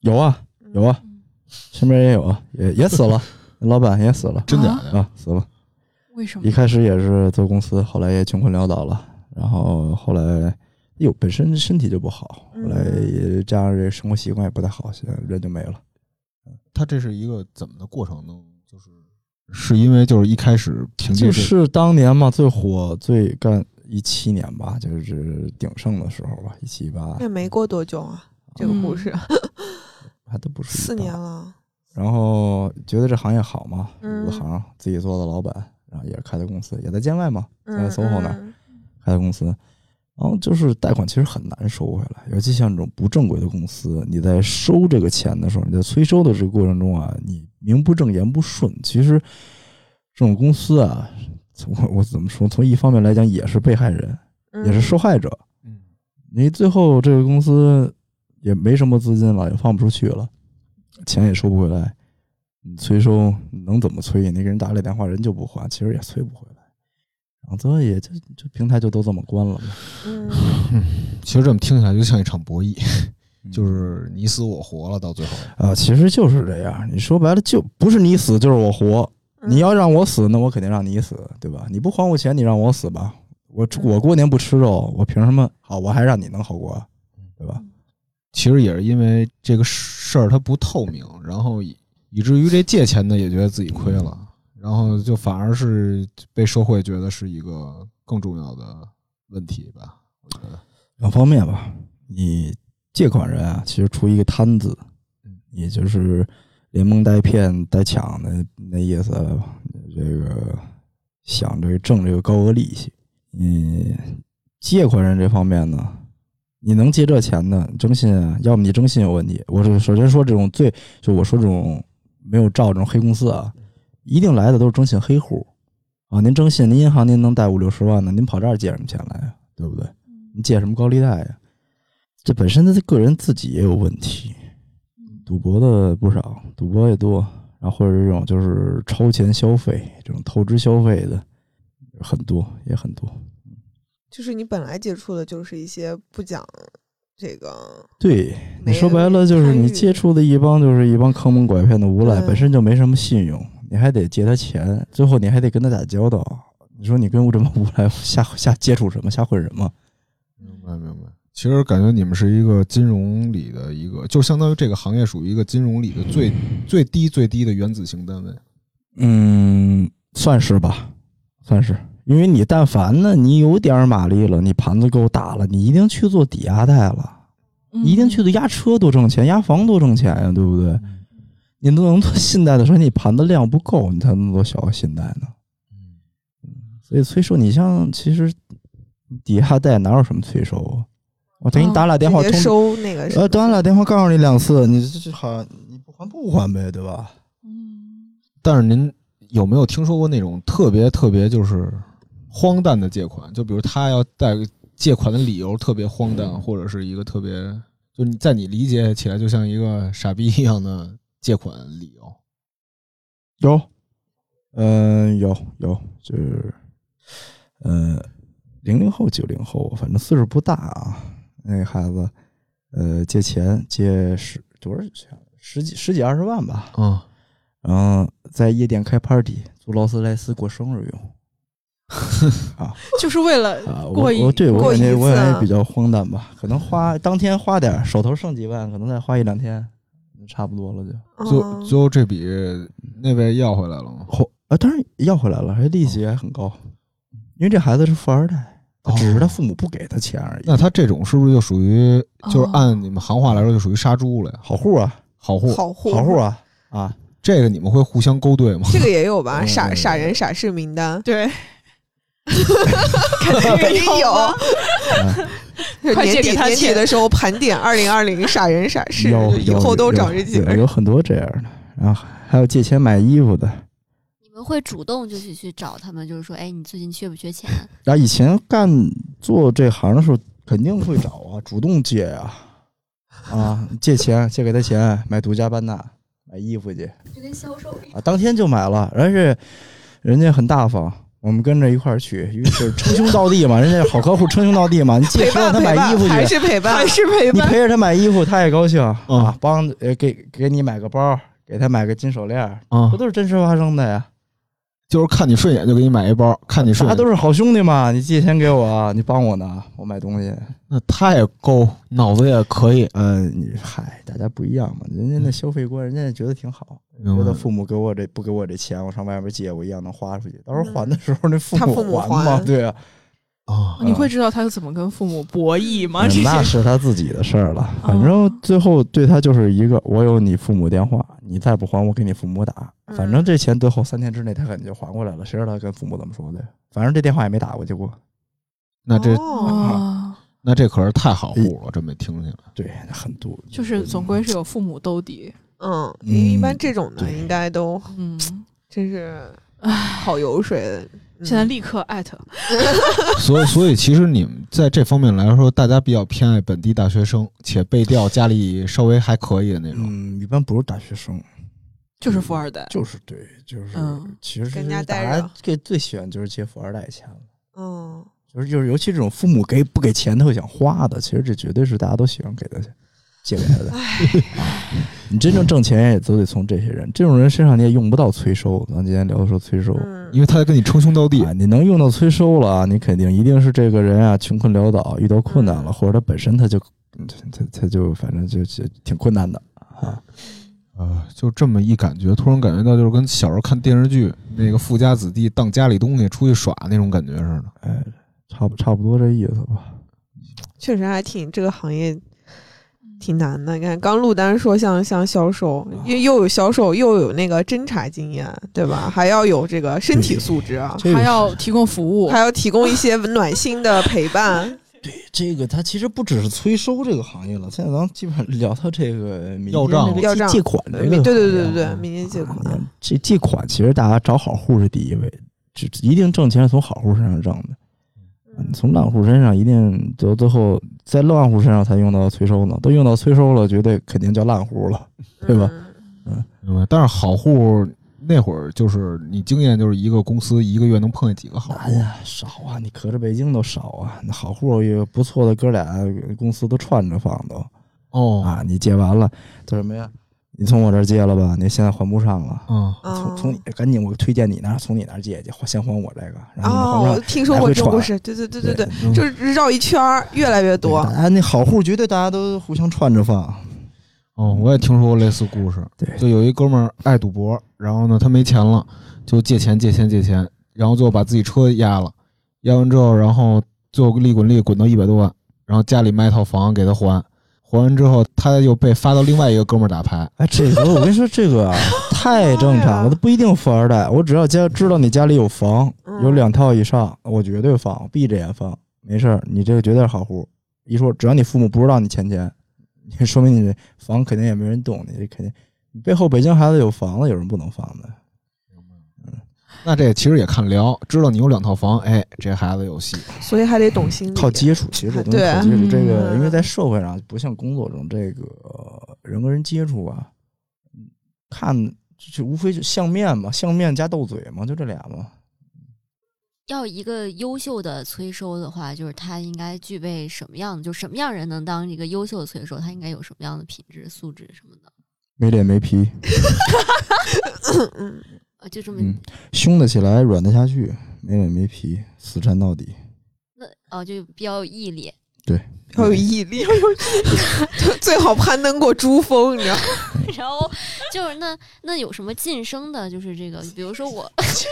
[SPEAKER 3] 有啊有啊，身边也有啊，也也死了， [laughs] 老板也死了
[SPEAKER 2] 真假
[SPEAKER 5] 啊
[SPEAKER 2] 的？
[SPEAKER 3] 啊，死了。
[SPEAKER 5] 为什么
[SPEAKER 3] 一？开始也是做公司，后来也穷困潦倒了，然后后来哟本身身体就不好，后来
[SPEAKER 4] 嗯
[SPEAKER 3] 也加上这生活习惯也不太好，现在人就没了。
[SPEAKER 2] 他这是一个怎么的过程呢？就是是因为就是一开始凭借这
[SPEAKER 3] 就是当年嘛，最火最干一七年吧，就是鼎盛的时候吧，一七八
[SPEAKER 4] 那哎没过多久啊，这个故事
[SPEAKER 3] 还都不是
[SPEAKER 4] 四
[SPEAKER 3] 18
[SPEAKER 4] 年。了。
[SPEAKER 3] 然后觉得这行业好嘛，
[SPEAKER 4] 嗯
[SPEAKER 3] 入的行自己做的老板，然后也是开的公司，也在建外嘛，在
[SPEAKER 4] 嗯
[SPEAKER 3] SOHO 那儿。
[SPEAKER 4] 嗯
[SPEAKER 3] 开的公司，然后就是贷款其实很难收回来，尤其像这种不正规的公司，你在收这个钱的时候，你在催收的这个过程中啊，你名不正言不顺。其实这种公司啊，从我我怎么说？从一方面来讲，也是被害人，
[SPEAKER 4] 嗯
[SPEAKER 3] 也是受害者。
[SPEAKER 2] 嗯，
[SPEAKER 3] 你最后这个公司也没什么资金了，也放不出去了，钱也收不回来，你催收你能怎么催？你给人打了电话，人就不还，其实也催不回来。然后最后也就就平台就都这么关了嘛。
[SPEAKER 4] 嗯
[SPEAKER 2] 其实这么听起来就像一场博弈，就
[SPEAKER 3] 就是
[SPEAKER 2] 你死我活了，到最后
[SPEAKER 3] 啊，其实就是这样。你说白了，就不是你死就是我活。
[SPEAKER 4] 嗯
[SPEAKER 3] 你要让我死，那我肯定让你死，对吧？你不还我钱，你让我死吧。我
[SPEAKER 4] 嗯
[SPEAKER 3] 我过年不吃肉，我凭什么好？我还让你能好过啊，对对吧？
[SPEAKER 2] 其实也是因为这个事儿它不透明，然后以以至于这借钱的也觉得自己亏了，然后就反而是被社会觉得是一个更重要的问题吧。我觉得，
[SPEAKER 3] 两方面吧。你借款人啊，其实出一个贪字，也就是连蒙带骗带抢的那意思，这个想这个挣这个高额利息。嗯，借款人这方面呢，你能借这钱呢，征信啊，要么你征信有问题。我是首先说这种最，就我说这种没有照这种黑公司啊，一定来的都是征信黑户啊。您征信，您银行您能贷五六十万呢，您跑这儿借什么钱来呀、对不对？你借什么高利贷呀？这本身他个人自己也有问题，
[SPEAKER 4] 嗯
[SPEAKER 3] 赌博的不少，赌博也多，然后或者这种就是超前消费、这种透支消费的很多，也很多。
[SPEAKER 4] 就是你本来接触的就是一些不讲这个，
[SPEAKER 3] 对你
[SPEAKER 4] 没
[SPEAKER 3] 说白
[SPEAKER 4] 人
[SPEAKER 3] 了，就是
[SPEAKER 4] 参
[SPEAKER 3] 你
[SPEAKER 4] 与
[SPEAKER 3] 接触的一帮就是一帮坑蒙拐骗的无赖，
[SPEAKER 4] 对
[SPEAKER 3] 本身就没什么信用，你还得借他钱，最后你还得跟他打交道。你说你跟这帮无赖 [laughs] 瞎瞎接触什么，瞎混什么？
[SPEAKER 2] 明白明白。其实感觉你们是一个金融里的一个，就相当于这个行业属于一个金融里的最最低最低的原子型单位。
[SPEAKER 3] 嗯，算是吧，算是。因为你但凡呢，你有点儿马力了，你盘子够大了，你一定去做抵押贷了，
[SPEAKER 5] 嗯
[SPEAKER 3] 一定去做押车多挣钱，押房多挣钱呀，对不
[SPEAKER 4] 嗯
[SPEAKER 3] 对？你都能做信贷的时候，你盘子量不够，你才能做小额信贷呢。所以催收，你像其实抵押贷哪有什么催收啊？我给你打 [laughs] 俩电话
[SPEAKER 4] 哦直
[SPEAKER 3] 通
[SPEAKER 4] 接收那个什
[SPEAKER 3] 呃，
[SPEAKER 4] 么
[SPEAKER 3] 打俩电话告诉你两次，你这这好像你不还不还呗，对吧？
[SPEAKER 5] 嗯，
[SPEAKER 2] 但是您有没有听说过那种特别特别就是荒诞的借款？就比如他要贷借款的理由特别荒诞，或者是一个特别就你在你理解起来就像一个傻逼一样的借款理由。
[SPEAKER 3] 有，嗯，有有，就是，呃，零零后、九零后，反正岁数不大啊。那个孩子，呃，借钱借十多少钱？十几十几二十万吧。
[SPEAKER 2] 嗯，
[SPEAKER 3] 然后在夜店开 party，租劳斯莱斯过生日用。
[SPEAKER 5] 就是为了
[SPEAKER 3] 啊，我
[SPEAKER 5] 过一
[SPEAKER 3] 我对我
[SPEAKER 4] 过
[SPEAKER 3] 感
[SPEAKER 4] 一
[SPEAKER 3] 觉我感
[SPEAKER 4] 次
[SPEAKER 3] 觉
[SPEAKER 4] 啊
[SPEAKER 3] 比较荒诞吧，可能花当天花点儿，手头剩几万，可能再花一两天，差不多了就。
[SPEAKER 2] 最
[SPEAKER 4] 嗯
[SPEAKER 2] 最后这笔那位要回来了吗？
[SPEAKER 3] 后啊，当然要回来了，还利息还很高，因为这孩子是富二代，
[SPEAKER 2] 哦
[SPEAKER 3] 只是他父母不给他钱而已。
[SPEAKER 2] 那他这种是不是就属于就是
[SPEAKER 5] 哦
[SPEAKER 2] 按你们行话来说就属于杀猪了呀？
[SPEAKER 3] 好户啊，
[SPEAKER 2] 好户，
[SPEAKER 4] 好户
[SPEAKER 3] 好户啊啊！
[SPEAKER 2] 这个你们会互相勾兑吗？
[SPEAKER 4] 这个也有吧？
[SPEAKER 3] 嗯
[SPEAKER 4] 傻
[SPEAKER 3] 对
[SPEAKER 4] 傻人傻事名单
[SPEAKER 5] 对，
[SPEAKER 4] [laughs]
[SPEAKER 5] 肯
[SPEAKER 4] 肯定有
[SPEAKER 5] 啊。
[SPEAKER 4] [laughs] 就是
[SPEAKER 5] 快
[SPEAKER 4] 年
[SPEAKER 5] 借
[SPEAKER 4] 底
[SPEAKER 5] 给他
[SPEAKER 4] 年底
[SPEAKER 5] 钱
[SPEAKER 4] 的时候盘点二零二零傻人傻事，
[SPEAKER 3] 有
[SPEAKER 4] 就以
[SPEAKER 3] 有
[SPEAKER 4] 后都
[SPEAKER 3] 有
[SPEAKER 4] 找这几
[SPEAKER 3] 有
[SPEAKER 4] 个人
[SPEAKER 3] 有很多这样的，然后还有借钱买衣服的。
[SPEAKER 6] 你们会主动就去去找他们，就是说，哎，你最近缺不缺钱？
[SPEAKER 3] 然后以前干做这行的时候，肯定会找啊，主动借啊啊，借钱借给他钱买独家班纳，买衣服去。
[SPEAKER 6] 就跟销售一样。
[SPEAKER 3] 啊，当天就买了，而且人家很大方，我们跟着一块儿去，因为就是称兄道弟嘛，人家好客户称兄道弟嘛，你借
[SPEAKER 4] 陪
[SPEAKER 3] 钱让
[SPEAKER 4] 伴
[SPEAKER 3] 他
[SPEAKER 4] 陪
[SPEAKER 3] 买衣服
[SPEAKER 4] 伴还
[SPEAKER 3] 去，
[SPEAKER 4] 是陪伴
[SPEAKER 5] 还是陪
[SPEAKER 3] 你
[SPEAKER 5] 伴，
[SPEAKER 3] 陪着他买衣服，他也高兴啊
[SPEAKER 2] 嗯，
[SPEAKER 3] 帮呃给给你买个包，给他买个金手链儿，
[SPEAKER 2] 啊
[SPEAKER 3] 不，都是真实发生的呀？
[SPEAKER 2] 就是看你顺眼就给你买一包，看你顺
[SPEAKER 3] 大
[SPEAKER 2] 眼
[SPEAKER 3] 家都是好兄弟嘛，你借钱给我，你帮我呢，我买东西。
[SPEAKER 2] 那他也够，脑子也可以，
[SPEAKER 3] 嗯，你嗨，大家不一样嘛，人家那消费观，人家觉得挺好，
[SPEAKER 2] 明
[SPEAKER 3] 觉
[SPEAKER 2] 白
[SPEAKER 3] 得
[SPEAKER 2] 吗？
[SPEAKER 3] 父母给我这不给我这钱，我上外边借，我一样能花出去。到时候还的时候，那父
[SPEAKER 4] 嗯他
[SPEAKER 3] 母
[SPEAKER 4] 父母
[SPEAKER 3] 还嘛，
[SPEAKER 4] 还
[SPEAKER 3] 对啊，
[SPEAKER 2] 啊，
[SPEAKER 5] 哦你会知道他怎么跟父母博弈吗？这
[SPEAKER 3] 嗯那
[SPEAKER 5] 些
[SPEAKER 3] 是他自己的事儿了。反正最后对他就是一个，我有你父母电话，你再不还我给你父母打。反正这钱最后三天之内他肯定就还过来了，谁知道他跟父母怎么说的？反正这电话也没打过，结果
[SPEAKER 2] 那这
[SPEAKER 4] 哦
[SPEAKER 5] 啊，
[SPEAKER 2] 那这可是太好户了，这么听起
[SPEAKER 3] [laughs]
[SPEAKER 2] 来，
[SPEAKER 3] 对很多
[SPEAKER 5] 就是总归是有父母兜底，
[SPEAKER 4] 嗯，
[SPEAKER 3] 嗯
[SPEAKER 4] 一般这种的
[SPEAKER 3] 对
[SPEAKER 4] 应该都
[SPEAKER 5] 嗯，
[SPEAKER 4] 真是好油水的。嗯
[SPEAKER 5] 现在立刻艾特，
[SPEAKER 2] 所以所以其实你们在这方面来说，大家比较偏爱本地大学生，且背调家里稍微还可以的那种。
[SPEAKER 3] 嗯，一般不是大学生，
[SPEAKER 5] 就是富二代，
[SPEAKER 3] 就是对，就是、
[SPEAKER 5] 嗯
[SPEAKER 3] 其实
[SPEAKER 4] 跟人家
[SPEAKER 3] 大
[SPEAKER 4] 待
[SPEAKER 3] 家
[SPEAKER 4] 着
[SPEAKER 3] 最最喜欢就是借富二代钱了。
[SPEAKER 4] 嗯，
[SPEAKER 3] 就是就是，尤其这种父母给不给钱，他会想花的。其实这绝对是大家都喜欢给他钱，借给他的。 [laughs] 你真正挣钱也都得从这些人，这种人身上你也用不到催收。咱今天聊的说催收，
[SPEAKER 4] 嗯
[SPEAKER 2] 因为他在跟你称兄道弟
[SPEAKER 3] 啊，你能用
[SPEAKER 5] 嗯
[SPEAKER 3] 到催收了啊，你肯定一定是这个人啊，穷困潦倒，遇到困难了，或者他本身他就嗯他他他就反正就就挺困难的啊。
[SPEAKER 2] 啊，就这么一感觉，突然感觉到就是跟小时候看电视剧那个富家子弟当家里东西出去耍那种感觉似的。
[SPEAKER 3] 哎，差不差不多这意思吧。
[SPEAKER 4] 确实还挺这个行业
[SPEAKER 5] 嗯
[SPEAKER 4] 挺难的。你看，刚陆丹说像像销
[SPEAKER 3] 啊
[SPEAKER 4] 售，又又有销售，又有那个侦查经验，对吧？还要有这个身体素质啊，
[SPEAKER 3] 这
[SPEAKER 5] 还
[SPEAKER 3] 个
[SPEAKER 5] 要提供服务
[SPEAKER 4] 还，要提供一些 [laughs] 暖心的陪伴。
[SPEAKER 3] 这个，它其实不只是催收这个行业了，现在咱们基本上聊到这个民
[SPEAKER 2] 要
[SPEAKER 3] 间
[SPEAKER 2] 账
[SPEAKER 3] 这个
[SPEAKER 4] 要
[SPEAKER 3] 借
[SPEAKER 4] 账
[SPEAKER 3] 借款这个
[SPEAKER 4] 对
[SPEAKER 3] 行业啊，
[SPEAKER 4] 对对对对，民间借
[SPEAKER 3] 啊
[SPEAKER 4] 款。
[SPEAKER 3] 这借款其实大家找好户是第一位，就一定挣钱是从好户身上挣的，你从烂户身上一定到最后在烂户身上才用到催收呢，都用到催收了，绝对肯定叫烂户了。对吧
[SPEAKER 4] 嗯？
[SPEAKER 2] 明白。但是好户那会儿就是你经验就是一个公司一个月能碰见几个好
[SPEAKER 3] 哎
[SPEAKER 2] 户，
[SPEAKER 3] 呀，少啊！你隔着北京都少啊，那好户也不错的哥俩公司都串着放都。
[SPEAKER 2] 哦，
[SPEAKER 3] 啊，你借完了，他说什么呀？你从我这儿借了吧，你现在还不上了，
[SPEAKER 2] 嗯，
[SPEAKER 3] 从
[SPEAKER 4] 啊
[SPEAKER 3] 从你赶紧我推荐你那儿，从你那儿借去，还先还我这个，然嗯
[SPEAKER 4] 哦，
[SPEAKER 3] 后你还不
[SPEAKER 4] 我
[SPEAKER 3] 上。
[SPEAKER 4] 听说过这种故事，对对对对对，
[SPEAKER 2] 嗯
[SPEAKER 4] 就是绕一圈儿越来越多。
[SPEAKER 3] 哎，那好户绝对大家都互相串着放，
[SPEAKER 2] 哦，我也听说过类似故事。
[SPEAKER 3] 对
[SPEAKER 2] 就有一哥们儿爱赌博，然后呢，他没钱了，就借钱借钱借钱，然后最后把自己车压了，压完之后，然后最后利滚利滚到一百多万，然后家里卖一套房给他还，还完之后，他又被发到另外一个哥们儿打牌。
[SPEAKER 3] [laughs] 哎，这个我跟你说，这个
[SPEAKER 4] [laughs]
[SPEAKER 3] 啊太正
[SPEAKER 4] 哎
[SPEAKER 3] 常了，都不一定富二代，我只要家知道你家里有房，有
[SPEAKER 4] 嗯
[SPEAKER 3] 两套以上，我绝对放，闭着眼放，没事儿，你这个绝对是好户。一说只要你父母不知道你欠钱，你 [laughs] 说明你这房肯定也没人动，你这肯定你背后北京孩子有房子，有人不能放的。
[SPEAKER 2] 那这其实也看聊，知道你有两套房，哎，这孩子有戏。
[SPEAKER 4] 所以还得懂心理。
[SPEAKER 3] 靠接触，其实这东西
[SPEAKER 4] 对
[SPEAKER 3] 靠接触，这个
[SPEAKER 4] 嗯
[SPEAKER 3] 因为在社会上不像工作中这个呃人跟人接触啊，嗯看就无非就相面嘛，相面加斗嘴嘛，就这俩嘛。
[SPEAKER 6] 要一个优秀的催收的话，就是他应该具备什么样的，就什么样人能当一个优秀的催收，他应该有什么样的品质、素质什么的，
[SPEAKER 3] 没脸没皮，
[SPEAKER 4] 嗯，
[SPEAKER 6] 啊，就这么、
[SPEAKER 3] 嗯，凶得起来，软得下去，没脸没皮，死缠到
[SPEAKER 4] [laughs]
[SPEAKER 3] 底。
[SPEAKER 6] 那哦，就比较有毅力。 [laughs]
[SPEAKER 4] 要有毅力，要有 [laughs] 最好攀登过珠峰，你知道吗。
[SPEAKER 6] 然后就是那那有什么晋升的，就是这个，比如说我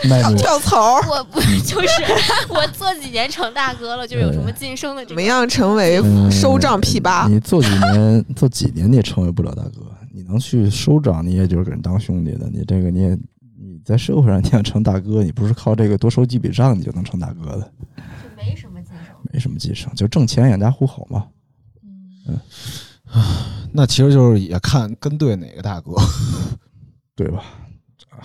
[SPEAKER 3] 卖你
[SPEAKER 4] 跳槽儿，
[SPEAKER 6] 我不就是 [laughs] 我做几年成大哥了，就是有什么晋升的这
[SPEAKER 4] 怎么
[SPEAKER 6] 个。
[SPEAKER 4] 样成为
[SPEAKER 3] 嗯
[SPEAKER 4] 收账 P 八？
[SPEAKER 3] 你做几年，做几年你也成为不了大哥。你能去收长，你也就是给人当兄弟的。你这个你也你在社会上你想成大哥，你不是靠这个多收几笔账你就能成大哥的，
[SPEAKER 6] 就没什么晋升。
[SPEAKER 3] 没什么技术，就挣钱养家糊口嘛。
[SPEAKER 2] 那其实就是也看跟对哪个大哥。
[SPEAKER 3] 对吧？啊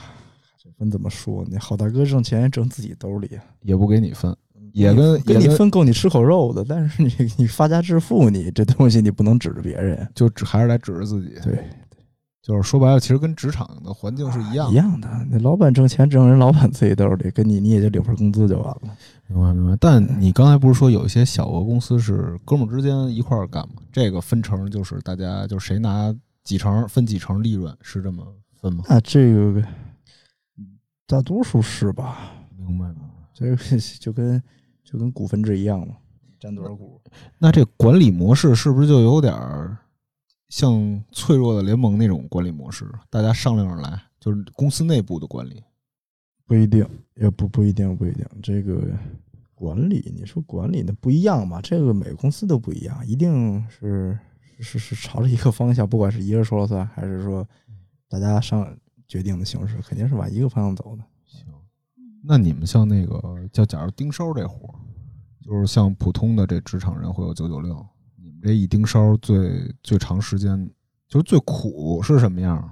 [SPEAKER 3] 这分怎么说？你好大哥挣钱挣自己兜里，
[SPEAKER 2] 也不给你分，也跟也
[SPEAKER 3] 跟你分够你吃口肉的，但是你你发家致富，你这东西你不能指着别人。
[SPEAKER 2] 就只还是得指着自己。
[SPEAKER 3] 对，
[SPEAKER 2] 就是说白了，其实跟职场的环境是一样
[SPEAKER 3] 啊一。样的，那老板挣钱挣人老板自己兜里，跟你你也就领份工资就完了。
[SPEAKER 2] 明白明白。但你刚才不是说有一些小额公司是哥们儿之间一块儿干吗？这个分成就是大家就是谁拿几成分几成利润，是这么分吗？
[SPEAKER 3] 那啊这个大多数是吧？
[SPEAKER 2] 明白。
[SPEAKER 3] 这个 [laughs] 就跟就跟股份制一样嘛，占多少股？
[SPEAKER 2] 那这管理模式是不是就有点儿像脆弱的联盟那种管理模式？大家商量着来，就是公司内部的管理。
[SPEAKER 3] 不一定，也不不一定，不一定。这个管理，你说管理那不一样嘛？这个每个公司都不一样，一定是是是朝着一个方向，不管是一个人说了算，还是说大家上决定的形式，肯定是往一个方向走的。
[SPEAKER 2] 那你们像那个，就假如盯梢这活儿，就是像普通的这职场人会有九九六，你们这一盯梢最最长时间，就是最苦是什么样儿？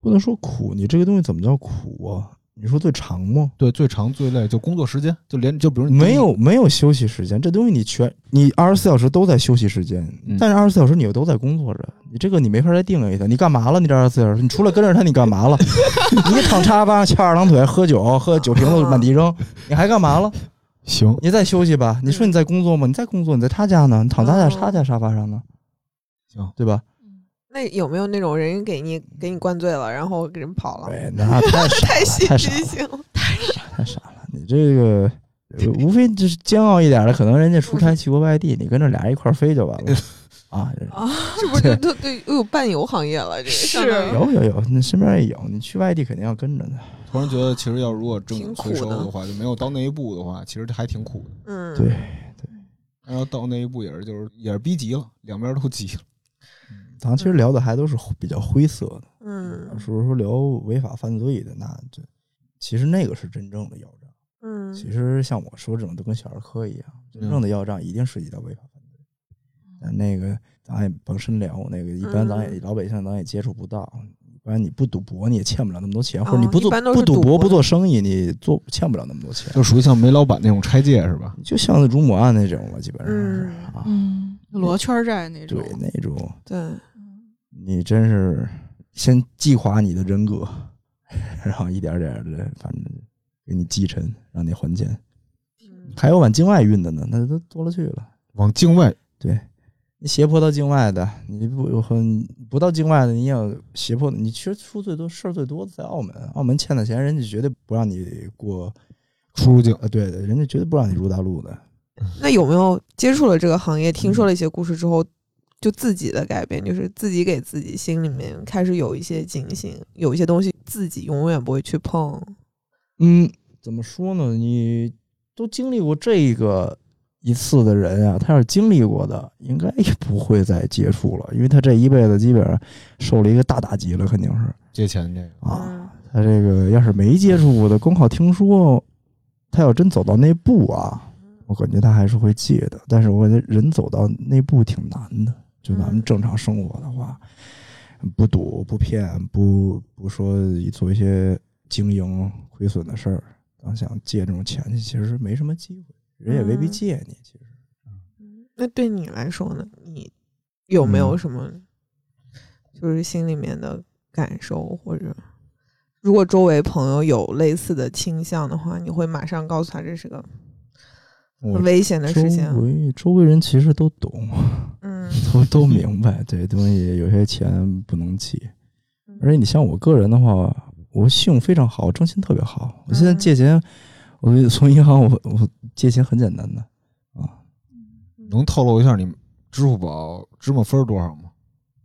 [SPEAKER 3] 不能说苦，你这个东西怎么叫苦啊？你说最长吗？
[SPEAKER 2] 对，最长最累就工作时间，就连就比如你
[SPEAKER 3] 没有没有休息时间，这东西你全你二十四小时都在休息时间，
[SPEAKER 2] 嗯
[SPEAKER 3] 但是二十四小时你又都在工作着，你这个你没法再定义它。你干嘛了？你这二十四小时，你除了跟着他，你干嘛了？你躺沙发上翘二郎腿喝酒，喝酒瓶子满地扔，你还干嘛了？
[SPEAKER 2] 行，
[SPEAKER 3] 你再休息吧。你说你在工作吗？你在工作，你在他家呢，你躺他家他家沙发上呢，
[SPEAKER 2] 行
[SPEAKER 3] 对吧？
[SPEAKER 4] 那有没有那种人给你给你灌醉了，然后给人跑了？
[SPEAKER 3] 对，那太傻了，
[SPEAKER 4] 太
[SPEAKER 3] 太
[SPEAKER 4] 心
[SPEAKER 3] 傻了
[SPEAKER 4] 机，性了，
[SPEAKER 3] 太傻了。你这个呃无非就是煎熬一点的，可能人家出差去国外地，你跟着俩人一块儿飞就完了啊。
[SPEAKER 5] 啊，
[SPEAKER 4] 是不是就都对又有伴游行业了？这个相当
[SPEAKER 3] [laughs]
[SPEAKER 4] 于
[SPEAKER 3] 有有有，你身边也有，你去外地肯定要跟着的。
[SPEAKER 2] 突然觉得，其实要如果正
[SPEAKER 4] 挺苦
[SPEAKER 2] 催收
[SPEAKER 4] 的
[SPEAKER 2] 的话，就没有到那一步的话，其实还挺苦的。
[SPEAKER 4] 嗯，
[SPEAKER 3] 对，
[SPEAKER 2] 然后到那一步也是就是也是逼急了，两边都急了。
[SPEAKER 3] 咱其实聊的还都是比较灰色的，
[SPEAKER 4] 嗯
[SPEAKER 3] 比如说聊违法犯罪的，那这其实那个是真正的要账。
[SPEAKER 4] 嗯，
[SPEAKER 3] 其实像我说这种都跟小儿科一样，真
[SPEAKER 2] 嗯
[SPEAKER 3] 正的要账一定涉及到违法犯罪。但那个咱也甭深聊，那个一般咱
[SPEAKER 4] 嗯
[SPEAKER 3] 也老百姓咱也接触不到。不然你不赌博，你也欠不了那么多钱，或者你
[SPEAKER 4] 哦
[SPEAKER 3] 不
[SPEAKER 4] 一
[SPEAKER 3] 做
[SPEAKER 4] 般都
[SPEAKER 3] 不
[SPEAKER 4] 是赌
[SPEAKER 3] 赌博
[SPEAKER 4] 博
[SPEAKER 3] 不做生意，你做欠不了那么多钱。
[SPEAKER 2] 就属于像煤老板那种拆借是吧？
[SPEAKER 3] 就像乳母案那种了，基本上是
[SPEAKER 4] 嗯
[SPEAKER 3] 啊，
[SPEAKER 5] 嗯，罗圈债那种
[SPEAKER 3] 对，那种
[SPEAKER 4] 对，
[SPEAKER 3] 你真是先击垮你的人格，然后一点点的，反正给你击沉，让你还钱。
[SPEAKER 4] 嗯
[SPEAKER 3] 还有往境外运的呢，那都多了去了。
[SPEAKER 2] 往境外
[SPEAKER 3] 对，你胁迫到境外的，你不很不到境外的，你也有胁迫的。你其实出最多事儿最多的在澳门，澳门欠的钱，人家绝对不让你过。
[SPEAKER 2] 出入境，
[SPEAKER 3] 呃，对的，人家绝对不让你入大陆的。
[SPEAKER 4] 那有没有接触了这个行业，听
[SPEAKER 3] 嗯
[SPEAKER 4] 说了一些故事之后，就自己的改变，就是自己给自己心里面开始有一些警醒，有一些东西自己永远不会去碰。
[SPEAKER 3] 嗯，怎么说呢？你都经历过这个一次的人啊，他要是经历过的，应该也不会再接触了，因为他这一辈子基本上受了一个大打击了，肯定是
[SPEAKER 2] 借钱这个
[SPEAKER 4] 嗯
[SPEAKER 3] 啊。他这个要是没接触过的，光靠听说，他要真走到那步啊，我感觉他还是会戒的。但是我觉得人走到那步挺难的，就咱们正常生活的话，不赌不骗不不说做一些经营亏损的事儿，咱想借这种钱去，其实没什么机会，人也未必
[SPEAKER 4] 嗯
[SPEAKER 3] 借你。其实
[SPEAKER 4] 那对你来说呢？你有
[SPEAKER 3] 嗯
[SPEAKER 4] 没有什么就是心里面的感受，或者如果周围朋友有类似的倾向的话，你会马上告诉他这是个
[SPEAKER 3] 我
[SPEAKER 4] 很危险的
[SPEAKER 3] 周
[SPEAKER 4] 事情？
[SPEAKER 3] 围周围人其实都懂，
[SPEAKER 4] 嗯，
[SPEAKER 3] 都都明白，这东西有些钱不能借。
[SPEAKER 5] 嗯
[SPEAKER 3] 而且你像我个人的话，我信用非常好，征信特别好。我现在
[SPEAKER 4] 嗯
[SPEAKER 3] 借钱，我从银行我我借钱很简单的啊，
[SPEAKER 2] 能透露一下你支付宝芝麻分儿多少吗？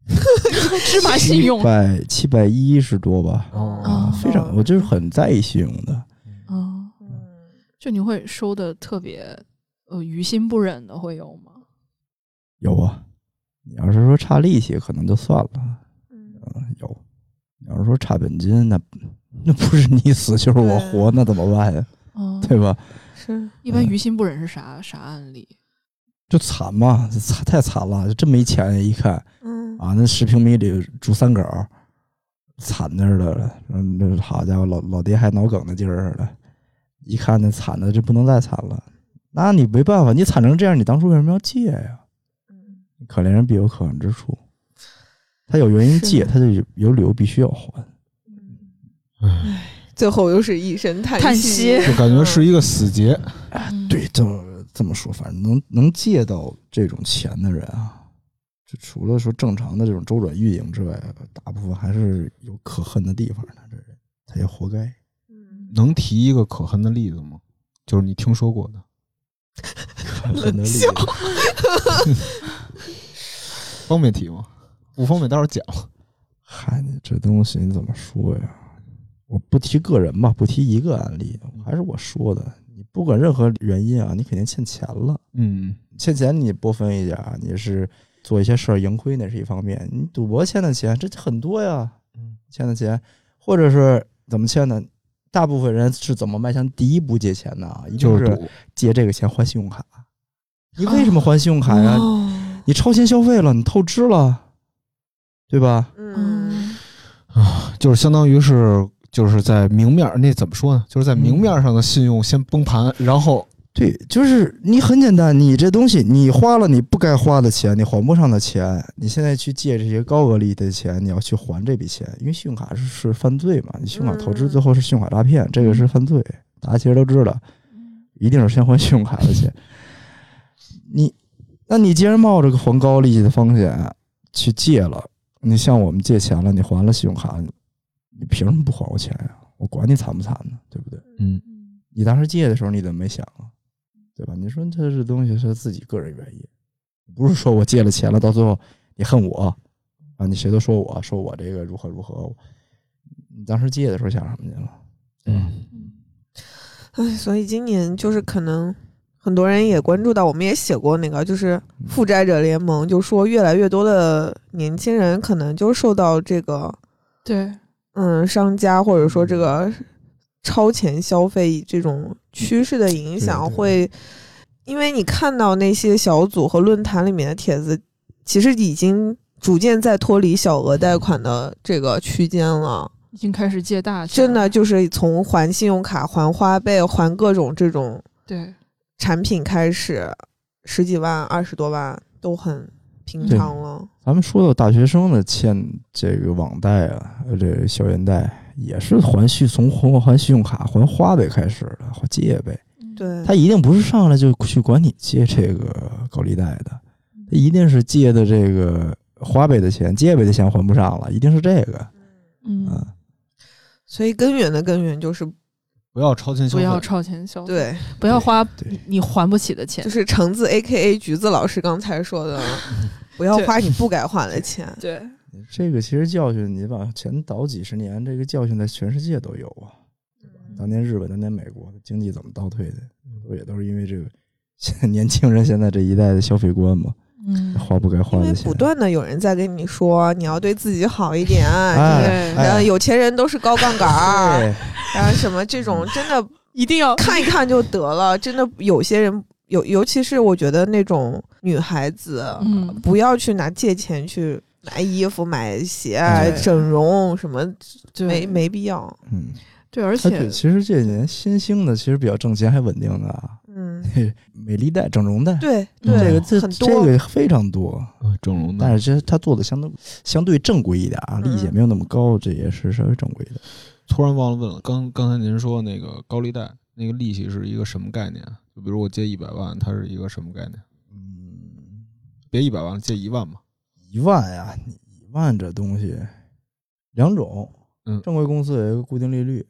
[SPEAKER 5] 芝麻信用，
[SPEAKER 3] 百七百一十多吧，
[SPEAKER 5] 啊
[SPEAKER 3] 非常我就是很在意信用的。
[SPEAKER 5] 嗯，
[SPEAKER 4] 嗯
[SPEAKER 5] 就你会收的特别呃于心不忍的会有吗？
[SPEAKER 3] 有啊，你要是说差利息，可能就算了，
[SPEAKER 4] 嗯
[SPEAKER 3] 嗯，有。你要是说差本金，那那不是你死就是我
[SPEAKER 4] 对
[SPEAKER 3] 活，那怎么办呀？
[SPEAKER 4] 哦
[SPEAKER 5] 嗯，
[SPEAKER 3] 对吧？
[SPEAKER 4] 是
[SPEAKER 5] 一般于心不忍是啥啥案例？
[SPEAKER 3] 就惨嘛，这惨太惨了，就这么一钱一看
[SPEAKER 4] 嗯
[SPEAKER 3] 啊，那十平米里住三狗儿，惨那儿的，嗯，那好家伙，老老爹还脑梗的劲儿似的，一看那惨的，这不能再惨了。那你没办法，你惨成这样，你当初为什么要借呀？
[SPEAKER 4] 嗯
[SPEAKER 3] 可怜人必有可恨之处，他有原因
[SPEAKER 4] 是
[SPEAKER 3] 借，他就有有理由必须要还。
[SPEAKER 4] 嗯
[SPEAKER 2] 唉
[SPEAKER 4] 最后又是一声
[SPEAKER 5] 叹
[SPEAKER 4] 息，
[SPEAKER 5] 息
[SPEAKER 2] 就感觉是一个死结。
[SPEAKER 3] 哎
[SPEAKER 4] 嗯
[SPEAKER 3] 对，这么这么说，反正能能借到这种钱的人啊，就除了说正常的这种周转运营之外，大部分还是有可恨的地方的。这人他也活该。
[SPEAKER 4] 嗯
[SPEAKER 2] 能提一个可恨的例子吗？就是你听说过的，
[SPEAKER 3] 可恨的例子，
[SPEAKER 2] [laughs] 方便提吗？不方便，待会儿讲。
[SPEAKER 3] 嗨，你这东西你怎么说呀？我不提个人吧，不提一个案例，还是我说的，你不管任何原因啊，你肯定欠钱了。
[SPEAKER 2] 嗯，
[SPEAKER 3] 欠钱你波分一点儿，啊你是做一些事儿盈亏那是一方面，你赌博欠的钱这很多呀，
[SPEAKER 2] 嗯，
[SPEAKER 3] 欠的钱，或者是怎么欠的？大部分人是怎么迈向第一步借钱的啊？一定
[SPEAKER 2] 就是
[SPEAKER 3] 是
[SPEAKER 2] 赌，啊
[SPEAKER 3] 借这个钱还信用卡。你为什么还信用卡呀？
[SPEAKER 2] 哦
[SPEAKER 5] 哦
[SPEAKER 3] 你超前消费了，你透支了，对吧？
[SPEAKER 4] 嗯，
[SPEAKER 2] 就是相当于是就是在明面儿那怎么说呢？就是在明面儿上的信用先崩盘，
[SPEAKER 3] 嗯
[SPEAKER 2] 然后
[SPEAKER 3] 对，就是你很简单，你这东西你花了你不该花的钱，你还不上的钱，你现在去借这些高额利益的钱，你要去还这笔钱，因为信用卡是是犯罪嘛，你信用卡透支
[SPEAKER 4] 嗯
[SPEAKER 3] 最后是信用卡诈骗，这个是犯罪，大家其实都知道，一定是先还信用卡的钱。你，那你既然冒着个还高利息的风险去借了，你向我们借钱了，你还了信用卡，你凭什么不还我钱呀、我管你惨不惨呢，对不对？
[SPEAKER 2] 嗯，
[SPEAKER 3] 你当时借的时候你怎么没想啊？对吧？你说这这东西是自己个人原因，不是说我借了钱了，到最后你恨我啊，你谁都说我说我这个如何如何，你当时借的时候想什么去了？
[SPEAKER 2] 嗯，
[SPEAKER 4] 哎，所以今年就是可能很多人也关注到，我们也写过那个，就是负债者联盟，就说越来越多的年轻人可能就受到这个
[SPEAKER 5] 对，
[SPEAKER 4] 嗯商家或者说这个超前消费这种趋势的影响，
[SPEAKER 3] 对对
[SPEAKER 4] 会因为你看到那些小组和论坛里面的帖子，其实已经逐渐在脱离小额贷款的这个区间了。
[SPEAKER 5] 已经开始借大钱
[SPEAKER 3] 嗯
[SPEAKER 4] 真的就是从还信用卡、还花呗、还各种这种
[SPEAKER 5] 对，
[SPEAKER 4] 产品开始，十几万、二十多万都很平常了。
[SPEAKER 3] 咱们说到大学生的欠这个网贷啊，呃这校园贷也是还信从还还信用卡、还花呗开始的，还借呗。
[SPEAKER 5] 嗯
[SPEAKER 4] 对，
[SPEAKER 3] 他一定不是上来就去管你借这个高利贷的，他一定是借的这个花呗的钱，借呗的钱还不上了，一定是这个
[SPEAKER 5] 嗯，
[SPEAKER 3] 啊。
[SPEAKER 4] 所以根源的根源就是
[SPEAKER 5] 哦
[SPEAKER 2] 不要超前消
[SPEAKER 5] 不
[SPEAKER 2] 费，
[SPEAKER 5] 要超前消费，
[SPEAKER 4] 对，
[SPEAKER 5] 不要花
[SPEAKER 3] 对
[SPEAKER 5] 你你还不起的钱
[SPEAKER 4] 就。是橙子 A K A 橘子老师刚才说
[SPEAKER 3] [laughs]
[SPEAKER 4] 的，不要
[SPEAKER 5] 对
[SPEAKER 4] 花你不该花的钱。
[SPEAKER 5] 对，
[SPEAKER 3] 这个其实教训，你把前倒几十年，这个教训在全世界都有啊。
[SPEAKER 4] 嗯
[SPEAKER 3] 当年日本，当年美国，经济怎么倒退的，不也都是因为这个 [laughs] 现在年轻人现在这一代的消费观嘛，
[SPEAKER 5] 嗯，
[SPEAKER 3] 花不该花
[SPEAKER 4] 因为
[SPEAKER 3] 的
[SPEAKER 4] 不
[SPEAKER 3] 钱。
[SPEAKER 4] 断的有人在跟你说，你要对自己好一点，啊
[SPEAKER 3] 哎
[SPEAKER 5] 对
[SPEAKER 4] 然后
[SPEAKER 3] 哎，
[SPEAKER 4] 呃有钱人都是高杠杆儿，
[SPEAKER 3] [laughs] 对，
[SPEAKER 4] 然后什么这种真的
[SPEAKER 5] 一定要
[SPEAKER 4] 看一看就得了。真的，有些人有，尤其是我觉得那种女孩子，
[SPEAKER 5] 嗯，
[SPEAKER 4] 不要去拿借钱去买衣服、买鞋、啊
[SPEAKER 3] 对
[SPEAKER 4] 整容什么，
[SPEAKER 5] 对
[SPEAKER 4] 没没必要。
[SPEAKER 3] 嗯，
[SPEAKER 5] 对，而
[SPEAKER 3] 哎对，
[SPEAKER 5] 且
[SPEAKER 3] 其实这几年新兴的其实比较挣钱还稳定的啊。
[SPEAKER 4] 嗯，
[SPEAKER 3] 美丽贷、整容贷，
[SPEAKER 4] 对
[SPEAKER 5] 嗯
[SPEAKER 4] 对，
[SPEAKER 3] 这个这
[SPEAKER 4] 很
[SPEAKER 3] 这
[SPEAKER 4] 多。
[SPEAKER 3] 个非常多，
[SPEAKER 2] 啊整容的
[SPEAKER 3] 但是其实他做的相当相对正规一点啊，
[SPEAKER 4] 嗯
[SPEAKER 3] 利息也没有那么高，这也是稍微正规的。
[SPEAKER 2] 突然忘了问了，刚刚才您说那个高利贷那个利息是一个什么概念？啊就比如我借一百万，它是一个什么概念？
[SPEAKER 3] 嗯，
[SPEAKER 2] 别一百万了，借一万嘛。
[SPEAKER 3] 一万呀，你一万这东西两种，
[SPEAKER 2] 嗯
[SPEAKER 3] 正规公司有一个固定利率，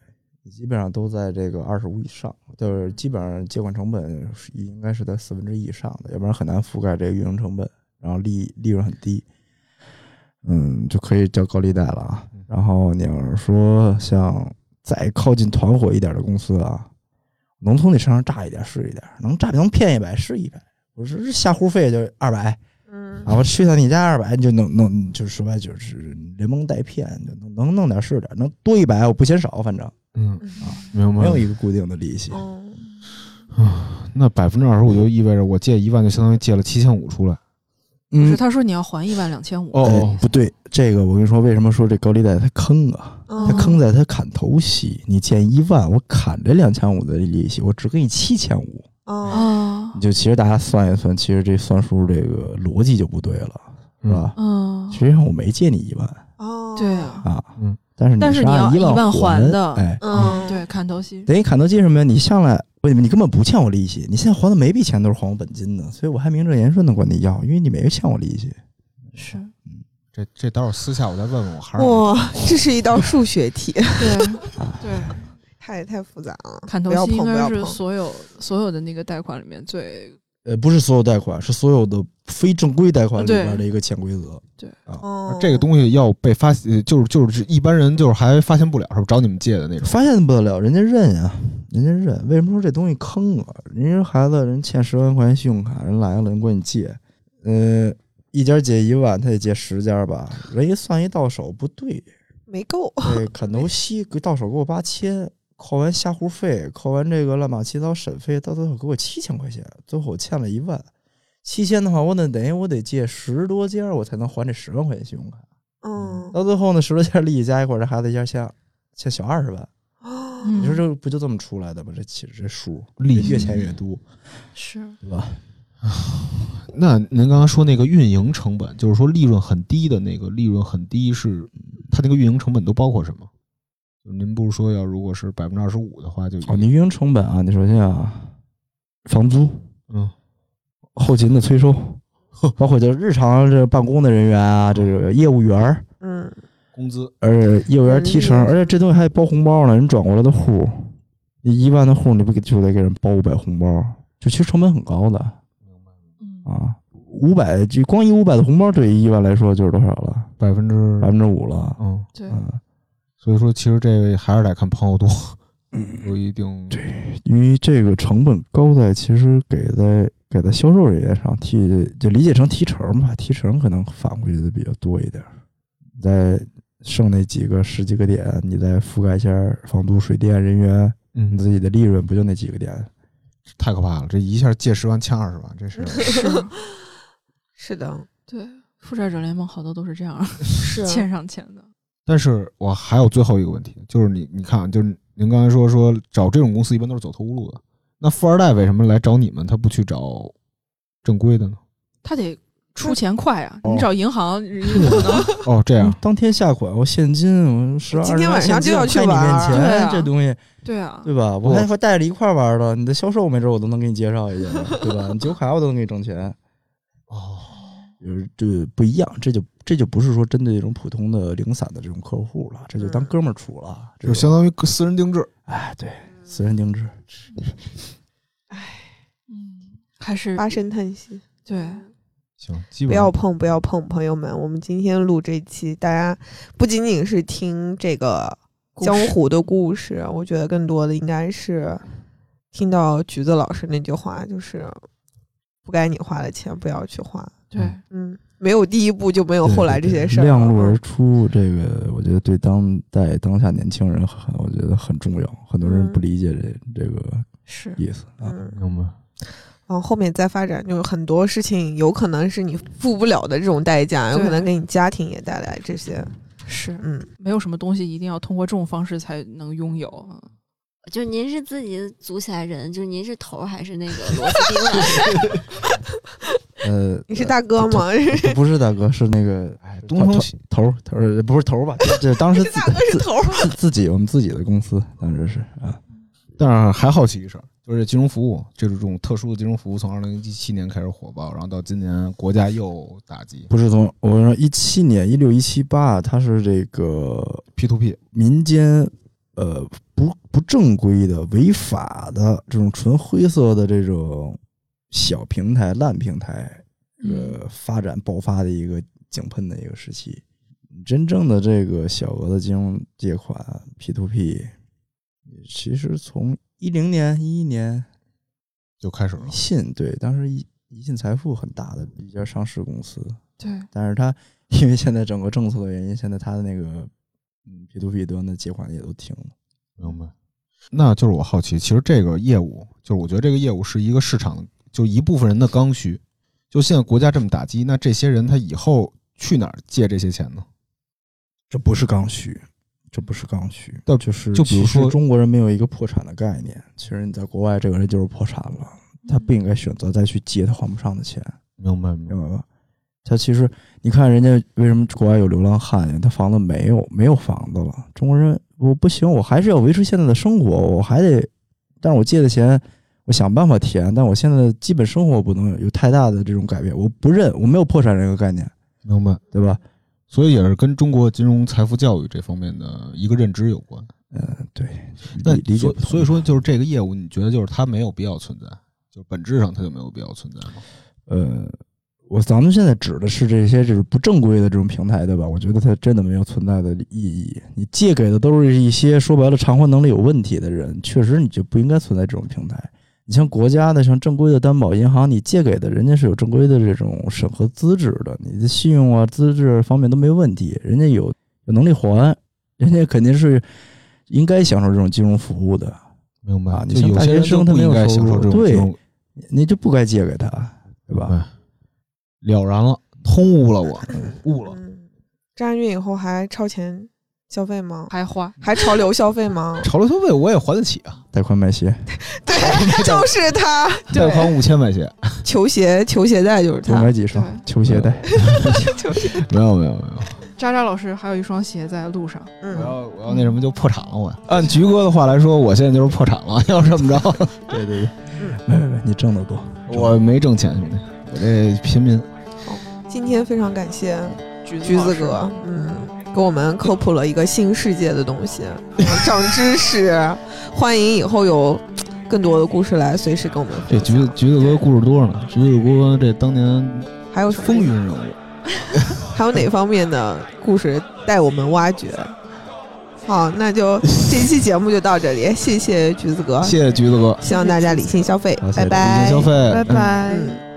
[SPEAKER 3] 你基本上都在这个二十五以上，就是基本上借款成本是应该是在四分之一以上的，要不然很难覆盖这个运营成本，然后利利润很低，嗯，就可以叫高利贷了啊
[SPEAKER 2] 嗯。
[SPEAKER 3] 然后你要是说像再靠近团伙一点的公司啊，能从你身上榨一点是一点，能榨能骗一百是一百，我说这下户费就二百。
[SPEAKER 4] 嗯
[SPEAKER 3] 啊，我去趟你家二百，你就能能就是说白了就是连蒙带骗，就能能弄点是点，能多一百我不嫌少，反正
[SPEAKER 2] 嗯，明
[SPEAKER 3] 没有一个固定的利息。
[SPEAKER 5] 哦
[SPEAKER 4] 嗯，
[SPEAKER 2] 那百分之二十五就意味着我借一万，就相当于借了七千五出来。
[SPEAKER 5] 不是
[SPEAKER 3] 嗯，
[SPEAKER 5] 他说你要还一万两千五，
[SPEAKER 3] 哎
[SPEAKER 2] 哦，
[SPEAKER 3] 不对，这个我跟你说，为什么说这高利贷它坑啊？它
[SPEAKER 5] 哦
[SPEAKER 4] 嗯
[SPEAKER 3] 坑在它砍头息，你借一万，我砍这两千五的利息，我只给你七千五。
[SPEAKER 4] 哦，
[SPEAKER 5] 啊
[SPEAKER 3] 你，就其实大家算一算，其实这算数这个逻辑就不对了，是吧？
[SPEAKER 5] 嗯，
[SPEAKER 3] 实际上我没借你一万
[SPEAKER 4] 哦，
[SPEAKER 5] 对啊，
[SPEAKER 3] 啊，
[SPEAKER 2] 嗯，
[SPEAKER 3] 但是
[SPEAKER 5] 但是
[SPEAKER 3] 是
[SPEAKER 5] 你要
[SPEAKER 3] 按
[SPEAKER 5] 一万
[SPEAKER 3] 万
[SPEAKER 5] 还的
[SPEAKER 3] 哎，
[SPEAKER 4] 嗯，
[SPEAKER 5] 对，砍头息，
[SPEAKER 3] 等于砍头息什么呀？你上来不，你根本不欠我利息，你现在还的每笔钱都是还我本金的，所以我还名正言顺的管你要，因为你没欠我利息。
[SPEAKER 5] 是
[SPEAKER 2] 这这待会儿私下我再问问，我还是
[SPEAKER 4] 哇，这是一道数学题， [laughs]
[SPEAKER 5] 对对，
[SPEAKER 4] 太太复杂了，
[SPEAKER 5] 砍头
[SPEAKER 4] 不要
[SPEAKER 5] 息
[SPEAKER 4] 碰，
[SPEAKER 5] 应
[SPEAKER 4] 不
[SPEAKER 5] 该
[SPEAKER 4] 要
[SPEAKER 5] 是
[SPEAKER 4] 碰。
[SPEAKER 5] 所有所有的那个贷款里面最
[SPEAKER 3] 呃，不是所有贷款，是所有的非正规贷款里
[SPEAKER 5] 对
[SPEAKER 3] 边的一个潜规则。
[SPEAKER 4] 哦，
[SPEAKER 2] 这个东西要被发，呃就是就是一般人就是还发现不了，是吧？找你们借的那种。
[SPEAKER 3] 发现不得了，人家认呀、人家认。为什么说这东西坑啊？人家孩子人欠十万块钱信用卡，人来了，人管你借，呃，一家借一万，他得借十家吧？人一算一到手不对，
[SPEAKER 4] 没够，
[SPEAKER 3] [laughs] 对，砍头息给到手给我八千，扣完下户费，扣完这个乱码七糟审费，到最后给我七千块钱，最后我欠了一万。七千的话，我得等于我得借十多家儿，我才能还这十万块钱信用卡。
[SPEAKER 4] 嗯，
[SPEAKER 3] 到最后呢，十多家利息加一块儿，这孩子一家欠欠小二十万。
[SPEAKER 4] 哦，
[SPEAKER 5] 嗯
[SPEAKER 3] 你说这不就这么出来的吗？这其实这数
[SPEAKER 2] 利息
[SPEAKER 3] 越欠越多，
[SPEAKER 5] 是
[SPEAKER 3] 对吧？
[SPEAKER 2] 那您刚刚说那个运营成本，就是说利润很低的那个利润很低是，它那个运营成本都包括什么？就您不是说要如果是百分之二十五的话就，
[SPEAKER 3] 哦，你运营成本啊，你首先啊，房租、
[SPEAKER 2] 嗯，
[SPEAKER 3] 后勤的催 [laughs] 收，包括就是日常这办公的人员啊，这个业务员儿。
[SPEAKER 4] 嗯，
[SPEAKER 2] 工资
[SPEAKER 3] 而业务员提成，
[SPEAKER 4] 嗯
[SPEAKER 3] 而且这东西还包红包呢。人转过来的户，你一万的户，你不给就得给人包五百红包，就其实成本很高的
[SPEAKER 5] 嗯
[SPEAKER 3] 啊，五百就光一五百的红包对于一万来说就是多少了？
[SPEAKER 2] 百分之
[SPEAKER 3] 百分之五了，
[SPEAKER 2] 嗯，
[SPEAKER 5] 对， [laughs]
[SPEAKER 3] 嗯，
[SPEAKER 2] 所以说其实这个还是得看朋友多，
[SPEAKER 3] 嗯
[SPEAKER 2] 有一定对
[SPEAKER 3] 因为这个成本高在其实给在给在销售人员上提，就理解成提成吧，提成可能返回去的比较多一点儿。你再剩那几个十几个点，你再覆盖一下房租、水电、人员，你
[SPEAKER 2] 嗯，
[SPEAKER 3] 自己的利润不就那几个点？
[SPEAKER 2] 太可怕了，这一下借十万欠二十万，这是 [laughs]
[SPEAKER 5] 是，
[SPEAKER 4] 是的，
[SPEAKER 5] 对，负债者联盟好多都是啊这样
[SPEAKER 4] 是
[SPEAKER 5] 欠上钱的，
[SPEAKER 2] 但是我还有最后一个问题，就是你你看啊，就是您刚才说说找这种公司一般都是走投无路的，那富二代为什么来找你们，他不去找正规
[SPEAKER 4] [laughs]
[SPEAKER 2] 的呢？
[SPEAKER 5] 他得出钱快啊！
[SPEAKER 3] 哦
[SPEAKER 5] 你找银行，人
[SPEAKER 4] [laughs]
[SPEAKER 5] 家不可能
[SPEAKER 2] 哦，这
[SPEAKER 4] 嗯
[SPEAKER 2] 样，
[SPEAKER 3] 嗯当天下款，我现金，我十二，
[SPEAKER 4] 今天晚上就要去
[SPEAKER 3] 现金
[SPEAKER 4] 玩儿
[SPEAKER 3] 我拍你面
[SPEAKER 5] 对
[SPEAKER 3] 前
[SPEAKER 5] 啊
[SPEAKER 3] 这东西，
[SPEAKER 5] 对啊，
[SPEAKER 3] 对吧？我
[SPEAKER 2] 我
[SPEAKER 3] 还会带着一块儿玩儿的，你的销售没准我都能给你介绍一 [laughs] 下，对吧？你酒卡我都能给你挣钱。
[SPEAKER 2] 哦，
[SPEAKER 3] 就是这不一样，这就这就不是说针对这种普通的零散的这种客户了，这就当哥们儿处了，这
[SPEAKER 2] 就相当于私人定制，
[SPEAKER 3] 哎对，私人定制，
[SPEAKER 5] 嗯，还是
[SPEAKER 4] 发声叹息。
[SPEAKER 5] 对，
[SPEAKER 4] 嗯
[SPEAKER 2] 行，基
[SPEAKER 4] 不
[SPEAKER 2] 本
[SPEAKER 4] 要
[SPEAKER 2] 上
[SPEAKER 4] 碰，不要碰，朋友们！我们今天录这期，大家不仅仅是听这个
[SPEAKER 5] 故
[SPEAKER 4] 江
[SPEAKER 5] 事
[SPEAKER 4] 湖的故事，我觉得更多的应该是听到橘子老师那句话，就是不该你花的钱不要去花。
[SPEAKER 5] 对
[SPEAKER 2] 嗯，
[SPEAKER 4] 嗯，没有第一步就没有后来这些事儿了。啊
[SPEAKER 3] 量入而出，这个我觉得对当代当下年轻人很，我觉得很重要，很多人
[SPEAKER 4] 嗯
[SPEAKER 3] 不理解这这个
[SPEAKER 5] 是
[SPEAKER 3] 意思啊。
[SPEAKER 4] 嗯，
[SPEAKER 2] 明白。
[SPEAKER 4] 往后面再发展，就是很多事情有可能是你付不了的这种代价，有可
[SPEAKER 5] 对
[SPEAKER 4] 能给你家庭也带来这些。
[SPEAKER 5] 是，
[SPEAKER 4] 嗯，
[SPEAKER 5] 没有什么东西一定要通过这种方式才能拥有啊。
[SPEAKER 6] 就是您是自己组起来人，就是您是头儿还是那个螺丝钉啊？ [laughs]
[SPEAKER 4] [laughs]
[SPEAKER 3] 呃，
[SPEAKER 4] 你是大哥吗？ [laughs]
[SPEAKER 3] 不不是大哥，是那个哎
[SPEAKER 2] 东风
[SPEAKER 3] 头
[SPEAKER 2] 西
[SPEAKER 3] 头头呃不是头吧？这这当时自
[SPEAKER 4] 大哥是头儿。
[SPEAKER 3] 自自己我们自己的公司，当时是啊。
[SPEAKER 2] 但是还好奇一事儿，就是金融服务，就是这种特殊的金融服务，从二零一七年开始火爆，然后到今年国家又打击
[SPEAKER 3] 不是从我说一七年一六一七八，它是这个
[SPEAKER 2] P to P，
[SPEAKER 3] 民间呃不不正规的、违法的这种纯灰色的这种小平台、烂平台，
[SPEAKER 5] 嗯
[SPEAKER 3] 呃，发展爆发的一个井喷的一个时期。真正的这个小额的金融借款 P to P，其实从一零年、一一年
[SPEAKER 2] 就开始了
[SPEAKER 3] 宜。信对，当时宜宜信财富很大的一家上市公司，
[SPEAKER 5] 对，
[SPEAKER 3] 但是它因为现在整个政策的原因，现在它的那个嗯 P to P 端的借款也都停了。
[SPEAKER 2] 明白。那就是我好奇，其实这个业务，就是我觉得这个业务是一个市场，就一部分人的刚需。就现在国家这么打击，那这些人他以后去哪儿借这些钱呢？
[SPEAKER 3] 这不是刚需，这不是刚需，
[SPEAKER 2] 但
[SPEAKER 3] 就是
[SPEAKER 2] 就比如
[SPEAKER 3] 其实
[SPEAKER 2] 说
[SPEAKER 3] 中国人没有一个破产的概念，其实你在国外这个人就是破产了，他不应该选择再去借他还不上的钱，
[SPEAKER 2] 明白，明
[SPEAKER 3] 明白吧？他其实你看人家为什么国外有流浪汉，他房子没有没有房子了，中国人我不行，我还是要维持现在的生活，我还得，但是我借的钱。我想办法填，但我现在的基本生活不能有太大的这种改变。我不认，我没有破产这个概念，
[SPEAKER 2] 明白。
[SPEAKER 3] 对吧？
[SPEAKER 2] 所以也是跟中国金融财富教育这方面的一个认知有关。
[SPEAKER 3] 嗯，对，
[SPEAKER 2] 那
[SPEAKER 3] 理理解
[SPEAKER 2] 所
[SPEAKER 3] 不同
[SPEAKER 2] 所以说，就是这个业务，你觉得就是它没有必要存在，就本质上它就没有必要存在吗？
[SPEAKER 3] 呃，我咱们现在指的是这些就是不正规的这种平台，对吧？我觉得它真的没有存在的意义。你借给的都是一些说白了偿还能力有问题的人，确实你就不应该存在这种平台。你像国家的，像正规的担保银行，你借给的人家是有正规的这种审核资质的，你的信用啊、资质方面都没问题，人家有有能力还，人家肯定是应该享受这种金融服务的。
[SPEAKER 2] 明白
[SPEAKER 3] 啊你
[SPEAKER 2] 就
[SPEAKER 3] 像
[SPEAKER 2] 有
[SPEAKER 3] 大
[SPEAKER 2] 些
[SPEAKER 3] 学
[SPEAKER 2] 人就
[SPEAKER 3] 生他
[SPEAKER 2] 不
[SPEAKER 3] 没
[SPEAKER 2] 应
[SPEAKER 3] 有
[SPEAKER 2] 该
[SPEAKER 3] 收
[SPEAKER 2] 享受
[SPEAKER 3] 入
[SPEAKER 2] 这种
[SPEAKER 3] 对
[SPEAKER 2] 金融，
[SPEAKER 3] 你就不该借给他，对吧？
[SPEAKER 2] 明白？了然了，通悟了
[SPEAKER 3] [laughs]
[SPEAKER 2] 我，悟了。？
[SPEAKER 4] 嗯，站运以后还超前消费吗？
[SPEAKER 5] 还花，
[SPEAKER 4] 还潮流消费吗
[SPEAKER 2] [laughs] 潮流消费我也还得起
[SPEAKER 3] [laughs]
[SPEAKER 2] 啊，
[SPEAKER 3] 贷款买鞋，
[SPEAKER 4] 对，就
[SPEAKER 2] [laughs]
[SPEAKER 4] 是他，
[SPEAKER 2] 贷款五千买鞋。
[SPEAKER 4] 球鞋、球鞋带就是
[SPEAKER 3] 多
[SPEAKER 4] 他。
[SPEAKER 3] 买几双
[SPEAKER 5] 对
[SPEAKER 3] 球鞋带。
[SPEAKER 2] 没有没有没有，
[SPEAKER 5] 渣渣老师还有一双鞋在路上，
[SPEAKER 2] 我
[SPEAKER 4] 嗯，
[SPEAKER 2] 要我要那什么就破产了我。按菊哥的话来说，我现在就是破产了。要这么着，
[SPEAKER 3] 对对对，没没没，你挣得多。
[SPEAKER 2] [laughs] 我没挣钱，兄弟，我这平民。
[SPEAKER 4] 嗯今天非常感谢
[SPEAKER 5] 橘子
[SPEAKER 4] 橘
[SPEAKER 5] 老
[SPEAKER 4] 子
[SPEAKER 5] 师
[SPEAKER 4] 哥，嗯，给我们科嗯普了一个新世界的东西，长知识。欢迎以后有更多的故事来随时跟我们
[SPEAKER 2] 这
[SPEAKER 4] 分
[SPEAKER 2] 橘子
[SPEAKER 4] 享。
[SPEAKER 2] 橘子哥故事多着呢，橘子哥这当年啊
[SPEAKER 4] 还有什么
[SPEAKER 2] 风云人物。
[SPEAKER 4] 还有哪方面的故事带我们挖掘？好，那就
[SPEAKER 2] [laughs]
[SPEAKER 4] 这期节目就到这里，谢谢橘子哥，
[SPEAKER 2] 谢谢橘子哥，
[SPEAKER 4] 希望大家理性消费
[SPEAKER 2] 好，谢谢
[SPEAKER 4] 拜拜，
[SPEAKER 2] 理性消费，
[SPEAKER 5] 拜
[SPEAKER 2] 嗯
[SPEAKER 5] 拜。
[SPEAKER 4] 嗯。